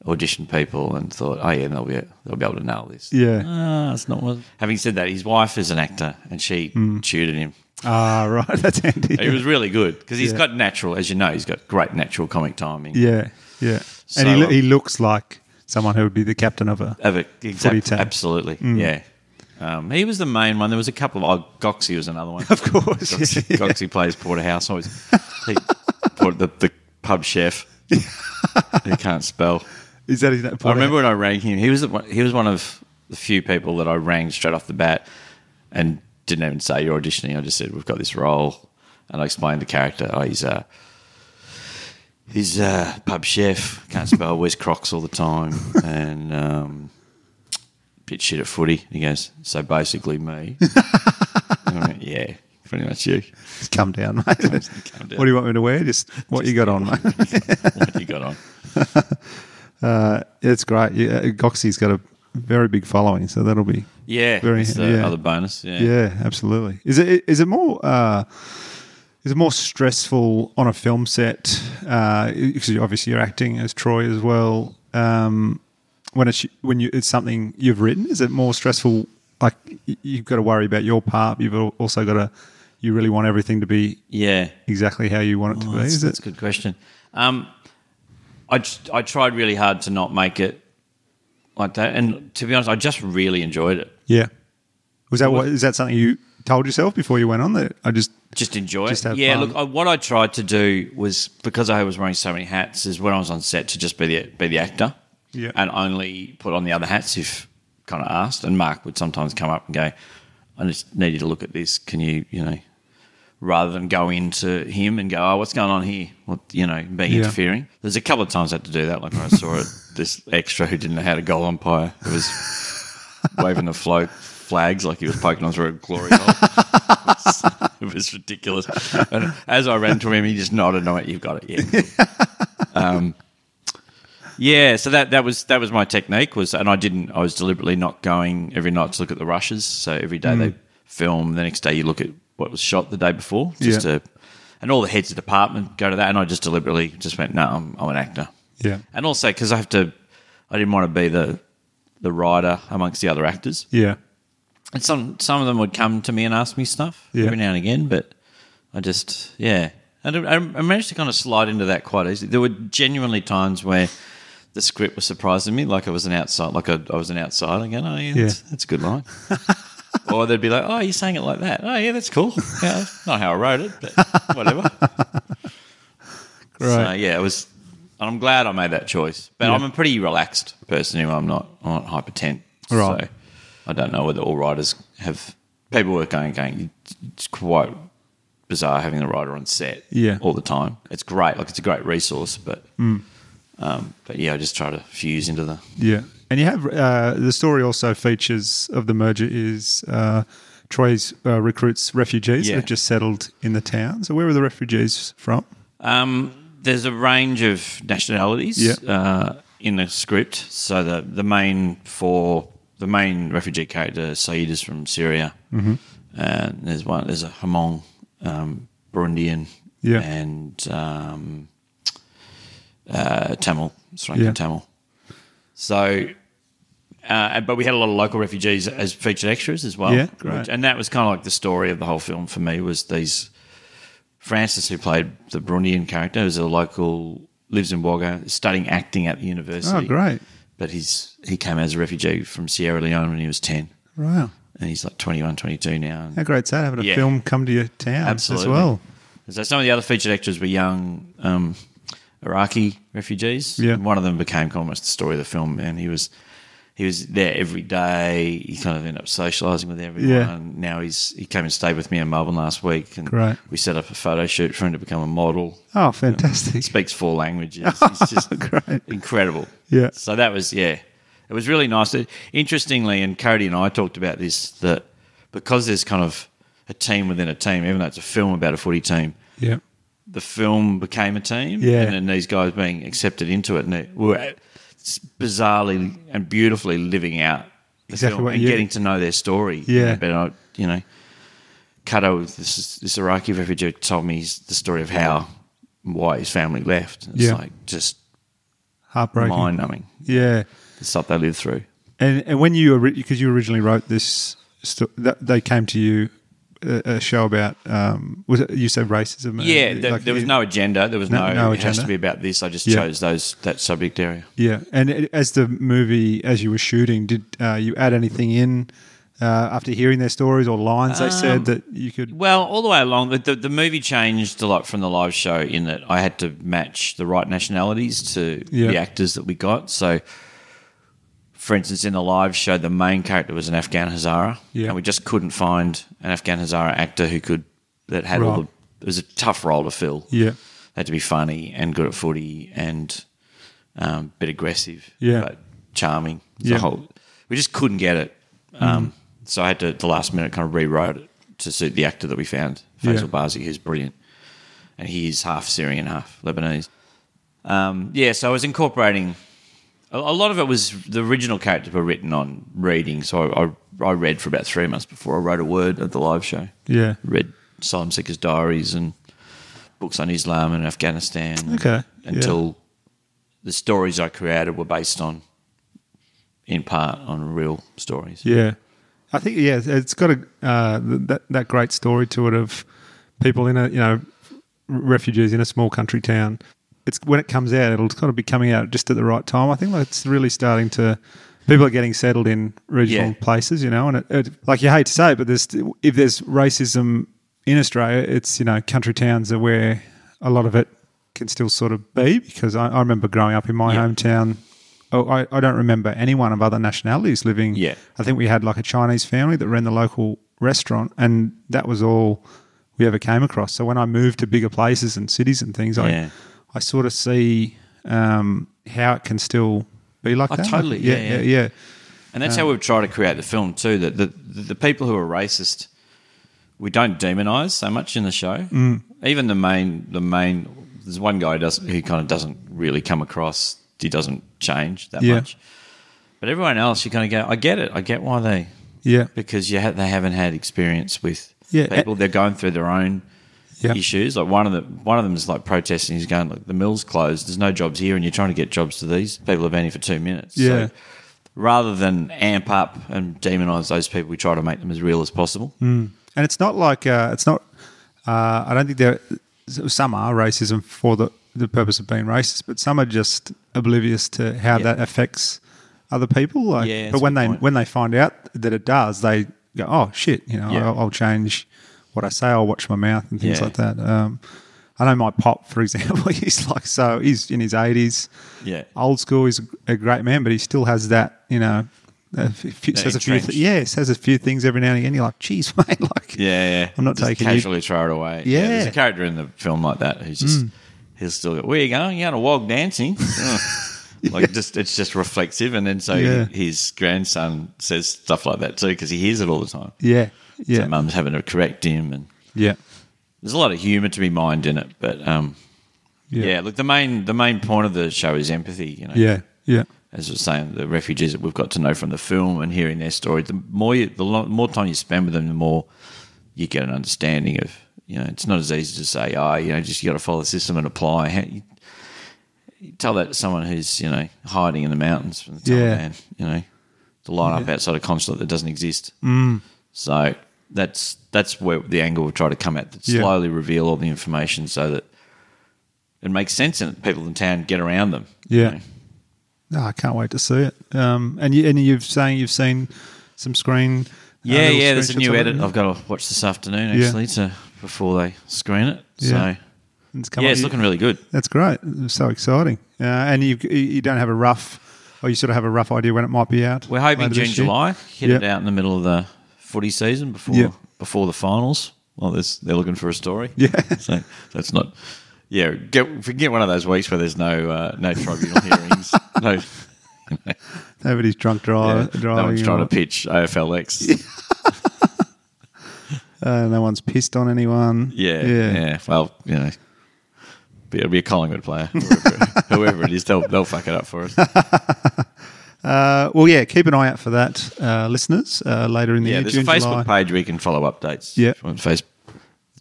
auditioned people and thought, oh yeah, they'll be they'll be able to nail this. Yeah. Hmm. Ah, it's not what. Having said that, his wife is an actor, and she tutored him. Ah, right. [laughs] That's Andy. It was really good because he's got natural, as you know, he's got great natural comic timing. yeah, yeah. So, and he, lo- um, he looks like someone who would be the captain of a. Of it, exact- team. Mm. absolutely, yeah. Um, he was the main one. There was a couple of oh, Goxie was another one. [laughs] Of course. Goxie, [laughs] yeah. Goxie plays porterhouse. Always he, Port- the, the [laughs] pub chef. he can't spell. Is that his name? I remember when I rang him. He was the, one- he was one of the few people that I rang straight off the bat, and didn't even say you're auditioning. I just said we've got this role, and I explained the character. Oh, he's a he's a pub chef. Can't spell. wears Crocs all the time, and um, bit shit at footy. He goes, so basically [laughs] me. And I went, yeah, pretty much you. Come down, mate. Calm down. What do you want me to wear? Just what you got on, mate. [laughs] What you got on? It's great. Yeah, uh, Goxie's got a very big following, so that'll be. Yeah, Very- that's the yeah. other bonus. Yeah. Yeah, absolutely. Is it is it more uh, is it more stressful on a film set? Uh, because you- obviously you're acting as Troy as well. Um, when it's when you it's something you've written, is it more stressful? Like y- you've got to worry about your part. You've al- also got to you really want everything to be yeah. exactly how you want it to Oh, be. that's, is that's it? a good question. Um, I, tr- I tried really hard to not make it like that, and to be honest, I just really enjoyed it. Yeah. Was that what is that something you told yourself before you went on that? I just Just enjoy Just it. have Yeah, fun. look, I, what I tried to do was because I was wearing so many hats, is when I was on set to just be the be the actor, Yeah. and only put on the other hats if kind of asked. And Mark would sometimes come up and go, "I just need you to look at this. Can you, you know?" Rather than go into him and go, oh, what's going on here? What you know, being Yeah. interfering. There's a couple of times I had to do that. Like when I [laughs] saw it, this extra who didn't know how to goal umpire who was waving the float flags like he was poking us through a glory hole. [laughs] it was ridiculous. And as I ran to him, he just nodded and I went, "You've got it, yeah." um, yeah, so that, that was that was my technique was, and I didn't. I was deliberately not going every night to look at the rushes. So every day they film. The next day you look at what was shot the day before, just Yeah. to, and all the heads of department go to that. And I just deliberately just went, "No, I'm, I'm an actor." yeah And also because I have to, I didn't want to be the the writer amongst the other actors. yeah And some some of them would come to me and ask me stuff Yeah. every now and again, but I just yeah, and I, I managed to kind of slide into that quite easily. There were genuinely times where the script was surprising me, like I was an outside, like I, I was an outsider, going, oh yeah, that's, Yeah. that's a good [laughs] line. or they'd be like, oh, you're saying it like that. Oh yeah, [laughs] that's cool. Yeah, that's not how I wrote it, but whatever. So right yeah, it was. And I'm glad I made that choice, but I'm a pretty relaxed person. You know, I'm not I'm not hyper tense. Right. So I don't know whether all writers have people were going going. It's quite bizarre having a writer on set. Yeah. Mm. all the time. It's great. Like it's a great resource, but. Um, but yeah, I just try to fuse into the yeah. And you have uh, the story also features of the merger is uh, Troy's uh, recruits refugees Yeah. who've just settled in the town. So where are the refugees from? Um, there's a range of nationalities Yeah. uh, in the script. So the the main four, the main refugee character, Saeed, is from Syria, mm-hmm. and there's one, there's a Hmong, um, Burundian, Yeah. and um, uh, Tamil, Sri Lankan Yeah. Tamil. So. Uh, but we had a lot of local refugees as featured extras as well, Yeah, great. and that was kind of like the story of the whole film for me was these Francis, who played the Brundian character, is a local, lives in Wagga, is studying acting at the Oh, university. great. But he's he came as a refugee from Sierra Leone when he was 10, Wow. and he's like 21, 22 now. How great's that? Having a Yeah. film come to your town Absolutely. as well. So some of the other featured actors were young um, Iraqi refugees. Yeah. One of them became almost the story of the film, and he was he was there every day. He kind of ended up socialising with everyone. Yeah. Now he's he came and stayed with me in Melbourne last week, and Great. we set up a photo shoot for him to become a model. Oh, fantastic. [laughs] speaks four languages. [laughs] It's just Great. incredible. Yeah. So that was yeah, it was really nice. It- interestingly, and Cody and I talked about this that because there's kind of a team within a team, even though it's a film about a footy team, [laughs] Yeah. the film became a team. Yeah. And then these guys being accepted into it, and they were bizarrely and beautifully living out the Exactly film what and you- getting to know their story. Yeah. But I, you know, Kato, this is- this Iraqi refugee, told me his- the story of how why his family left. It's Yeah. like just Heartbreaking. mind numbing Yeah. the stuff they lived through. And, and when you because you originally wrote this, sto- that they came to you a, a show about um, was it, you said racism? and- Yeah, there, like, there was yeah. no agenda. There was No- no. no it has agenda. to be about this. I just Yeah. chose those that subject area. Yeah, and it, as the movie, as you were shooting, did uh, you add anything in uh, after hearing their stories or lines they said that you could? Well, all the way along, the, the, the movie changed a lot from the live show in that I had to match the right nationalities to Yeah. the actors that we got. So, for instance, in the live show, the main character was an Afghan Hazara, Yeah. and we just couldn't find an Afghan Hazara actor who could that had all Right. the. It was a tough role to fill. Yeah, had to be funny and good at footy and um, a bit aggressive, Yeah. but charming. The Yeah. Mm. whole- we just couldn't get it. Um, So I had to, at the last minute, kind of rewrote it to suit the actor that we found, Faisal Yeah. Barzi, who's brilliant. And he is half Syrian, half Lebanese. Um, yeah, so I was incorporating. A a lot of it was the original characters were written on reading, so I, I, I read for about three months before I wrote a word at the live show yeah, read Asylum Seekers' Diaries and books on Islam and Afghanistan. Okay, Until the stories I created were based on, in part, on real stories. yeah. I think yeah, it's got a uh, th- that that great story to it of people in a you know refugees in a small country town. It's when it comes out, it'll kind of be coming out just at the right time. I think like, it's really starting to. People are getting settled in regional Yeah. places, you know, and it, it, like you hate to say it, but there's if there's racism in Australia, it's you know country towns are where a lot of it can still sort of be. Because I, I remember growing up in my Yeah. hometown, oh, I, I don't remember anyone of other nationalities living. Yeah. I think we had like a Chinese family that ran the local restaurant, and that was all we ever came across. So when I moved to bigger places and cities and things, Yeah. I I sort of see um, how it can still be like Oh, that. totally. Like, Yeah, yeah, yeah. yeah. And that's how we've tried to create the film too. That the, the the people who are racist, we don't demonize so much in the show. Mm. Even the main the main there's one guy who doesn't who kind of doesn't really come across. He doesn't change that Yeah. much. But everyone else, you kind of go, I get it. I get why they yeah. yeah. because you ha- they haven't had experience with Yeah, a- people. They're going through their own Yeah. issues. Like one of the one of them is like protesting. He's going, "Look, the mill's closed. There's no jobs here, and you're trying to get jobs to these people who've been here for two minutes." Yeah. So rather than amp up and demonise those people, we try to make them as real as possible. Mm. And it's not like uh, it's not. Uh, I don't think there. Some are racism for the the purpose of being racist, but some are just oblivious to how Yeah. that affects other people. Like, Yeah, that's but a when good they point. when they find out that it does, they go, "Oh shit!" You know, Yeah. I'll, I'll change what I say. I'll watch my mouth and things Yeah. like that. Um, I know my pop, for example, [laughs] he's like so. He's in his eighties. Yeah. old school. He's a great man, but he still has that. You know, a few, says a few. Th- entrenched. yeah, says a few things every now and again. You're like, "Geez, [laughs] mate!" Like, Yeah, yeah. I'm not Just taking you- casually throw it away. Yeah. Mm. there's a character in the film like that who's just he'll still go, "Where you going? You going to [laughs] wog dancing?" Ugh. like just it's just reflexive, and then so Yeah. his grandson says stuff like that too because he hears it all the time. Yeah, So yeah, mum's having to correct him, and yeah, there's a lot of humour to be mined in it. But um, yeah. look, the main the main point of the show is empathy. You know, yeah, yeah, as I was saying, the refugees that we've got to know from the film and hearing their story, the more you, the lo- more time you spend with them, the more you get an understanding of. You know, it's not as easy to say, "Ah, you know, just you got to follow the system and apply." How, you, you tell that to someone who's you know hiding in the mountains from the Yeah. Taliban. You know, the line up outside a consulate that doesn't exist. Mm. So that's that's where the angle we try to come at. That Yeah. slowly reveal all the information so that it makes sense and people in town get around them. you yeah. know. No, Ah, I can't wait to see it. Um, and you and you've saying you've seen some screen. uh, Yeah, little yeah. There's a screenshots new of it, edit yeah? I've got to watch this afternoon Yeah. actually to before they screen it. So Yeah. yeah, It's come up- it's looking really good. That's great. It's so exciting. Uh, and you you don't have a rough, or you sort of have a rough idea when it might be out. We're hoping later June, this year? July. Hit Yeah. it out in the middle of the footy season before Yeah. before the finals. Well, there's, they're looking for a story. Yeah. [laughs] so that's not. Yeah, get forget one of those weeks where there's no uh, [laughs] no tribunal hearings. No, Nobody's drunk yeah, drive, Oh, driving. no one's trying or- to pitch [laughs] AFLX. uh, no one's pissed on anyone. Yeah, yeah. Well, you know, be- it'll be a Collingwood player, whoever, whoever it is. They'll they'll fuck it up for us. Uh, well, yeah. Keep an eye out for that, uh, listeners. Uh, later in the Yeah, year, there's June, a July. Facebook page where you can follow updates. Yeah. on Facebook.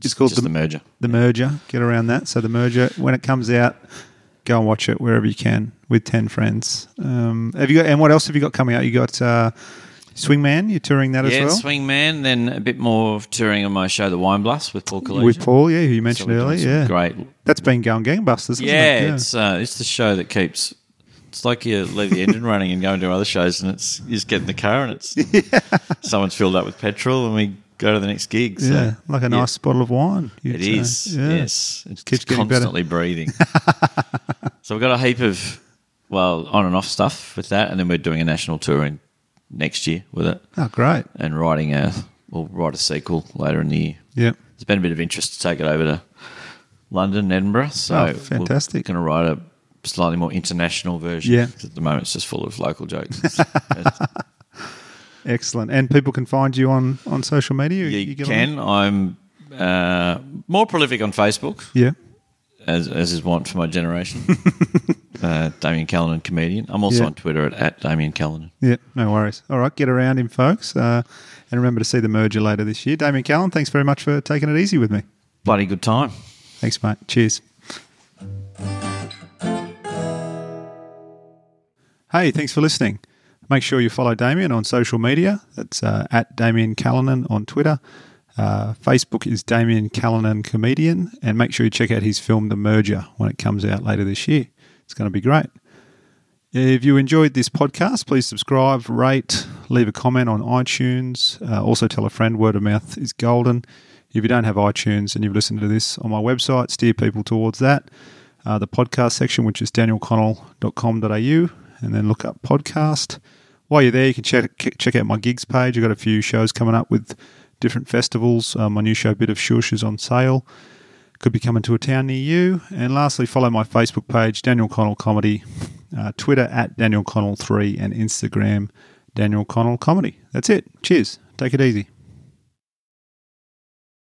It's called just the the merger. the merger. Get around that. So the merger, when it comes out, go and watch it wherever you can with ten friends. Um, have you got? And what else have you got coming out? You got uh, Swingman, you're touring that yeah, as well? Swingman. Then a bit more of touring on my show, The Wine Blast, with Paul Collegian. With Paul, yeah, who you So mentioned we're doing earlier. some Yeah. Great. That's been going gangbusters, hasn't Yeah, it? it's uh, it's the show that keeps. It's like you leave the engine running and go and do other shows, and it's you just get in the car and [laughs] it's someone's filled up with petrol, and we go to the next gig. So, yeah, like a nice bottle of wine. you'd uh, It say. is. Yeah. Yes. It's keeps getting better. [laughs] constantly breathing. so we've got a heap of, well, on and off stuff with that. And then we're doing a national tour in next year with it Oh, great. and writing a, we'll write a sequel later in the year. Yeah. It's been a bit of interest to take it over to London, Edinburgh. So Oh, fantastic. We're going to write a slightly more international version. Yeah. 'cause At the moment, it's just full of local jokes. [laughs] Excellent. And people can find you on, on social media? you get on can. I'm uh, more prolific on Facebook. there? Yeah. as, as is want for my generation. uh, Damien Callanan, comedian. I'm also Yeah. on Twitter at, at Damien Callanan. Yeah, no worries. All right, get around him, folks. Uh, and remember to see the merger later this year. Damien Callan, thanks very much for taking it easy with me. Bloody good time. Thanks, mate. Cheers. Hey, thanks for listening. Make sure you follow Damien on social media. That's uh, at Damien Callanan on Twitter. Uh, Facebook is Damien Callanan Comedian. And make sure you check out his film, The Merger, when it comes out later this year. It's going to be great. If you enjoyed this podcast, please subscribe, rate, leave a comment on iTunes. Uh, also, tell a friend. Word of mouth is golden. If you don't have iTunes and you've listened to this on my website, steer people towards that. Uh, the podcast section, which is danielconnell.com.au, and then look up podcast. While you're there, you can check check out my gigs page. I've got a few shows coming up with different festivals. Uh, my new show, Bit of Shush, is on sale could be coming to a town near you. And lastly, follow my Facebook page, Daniel Connell Comedy, uh, Twitter at Daniel Connell3, and Instagram, Daniel Connell Comedy. That's it. Cheers. Take it easy.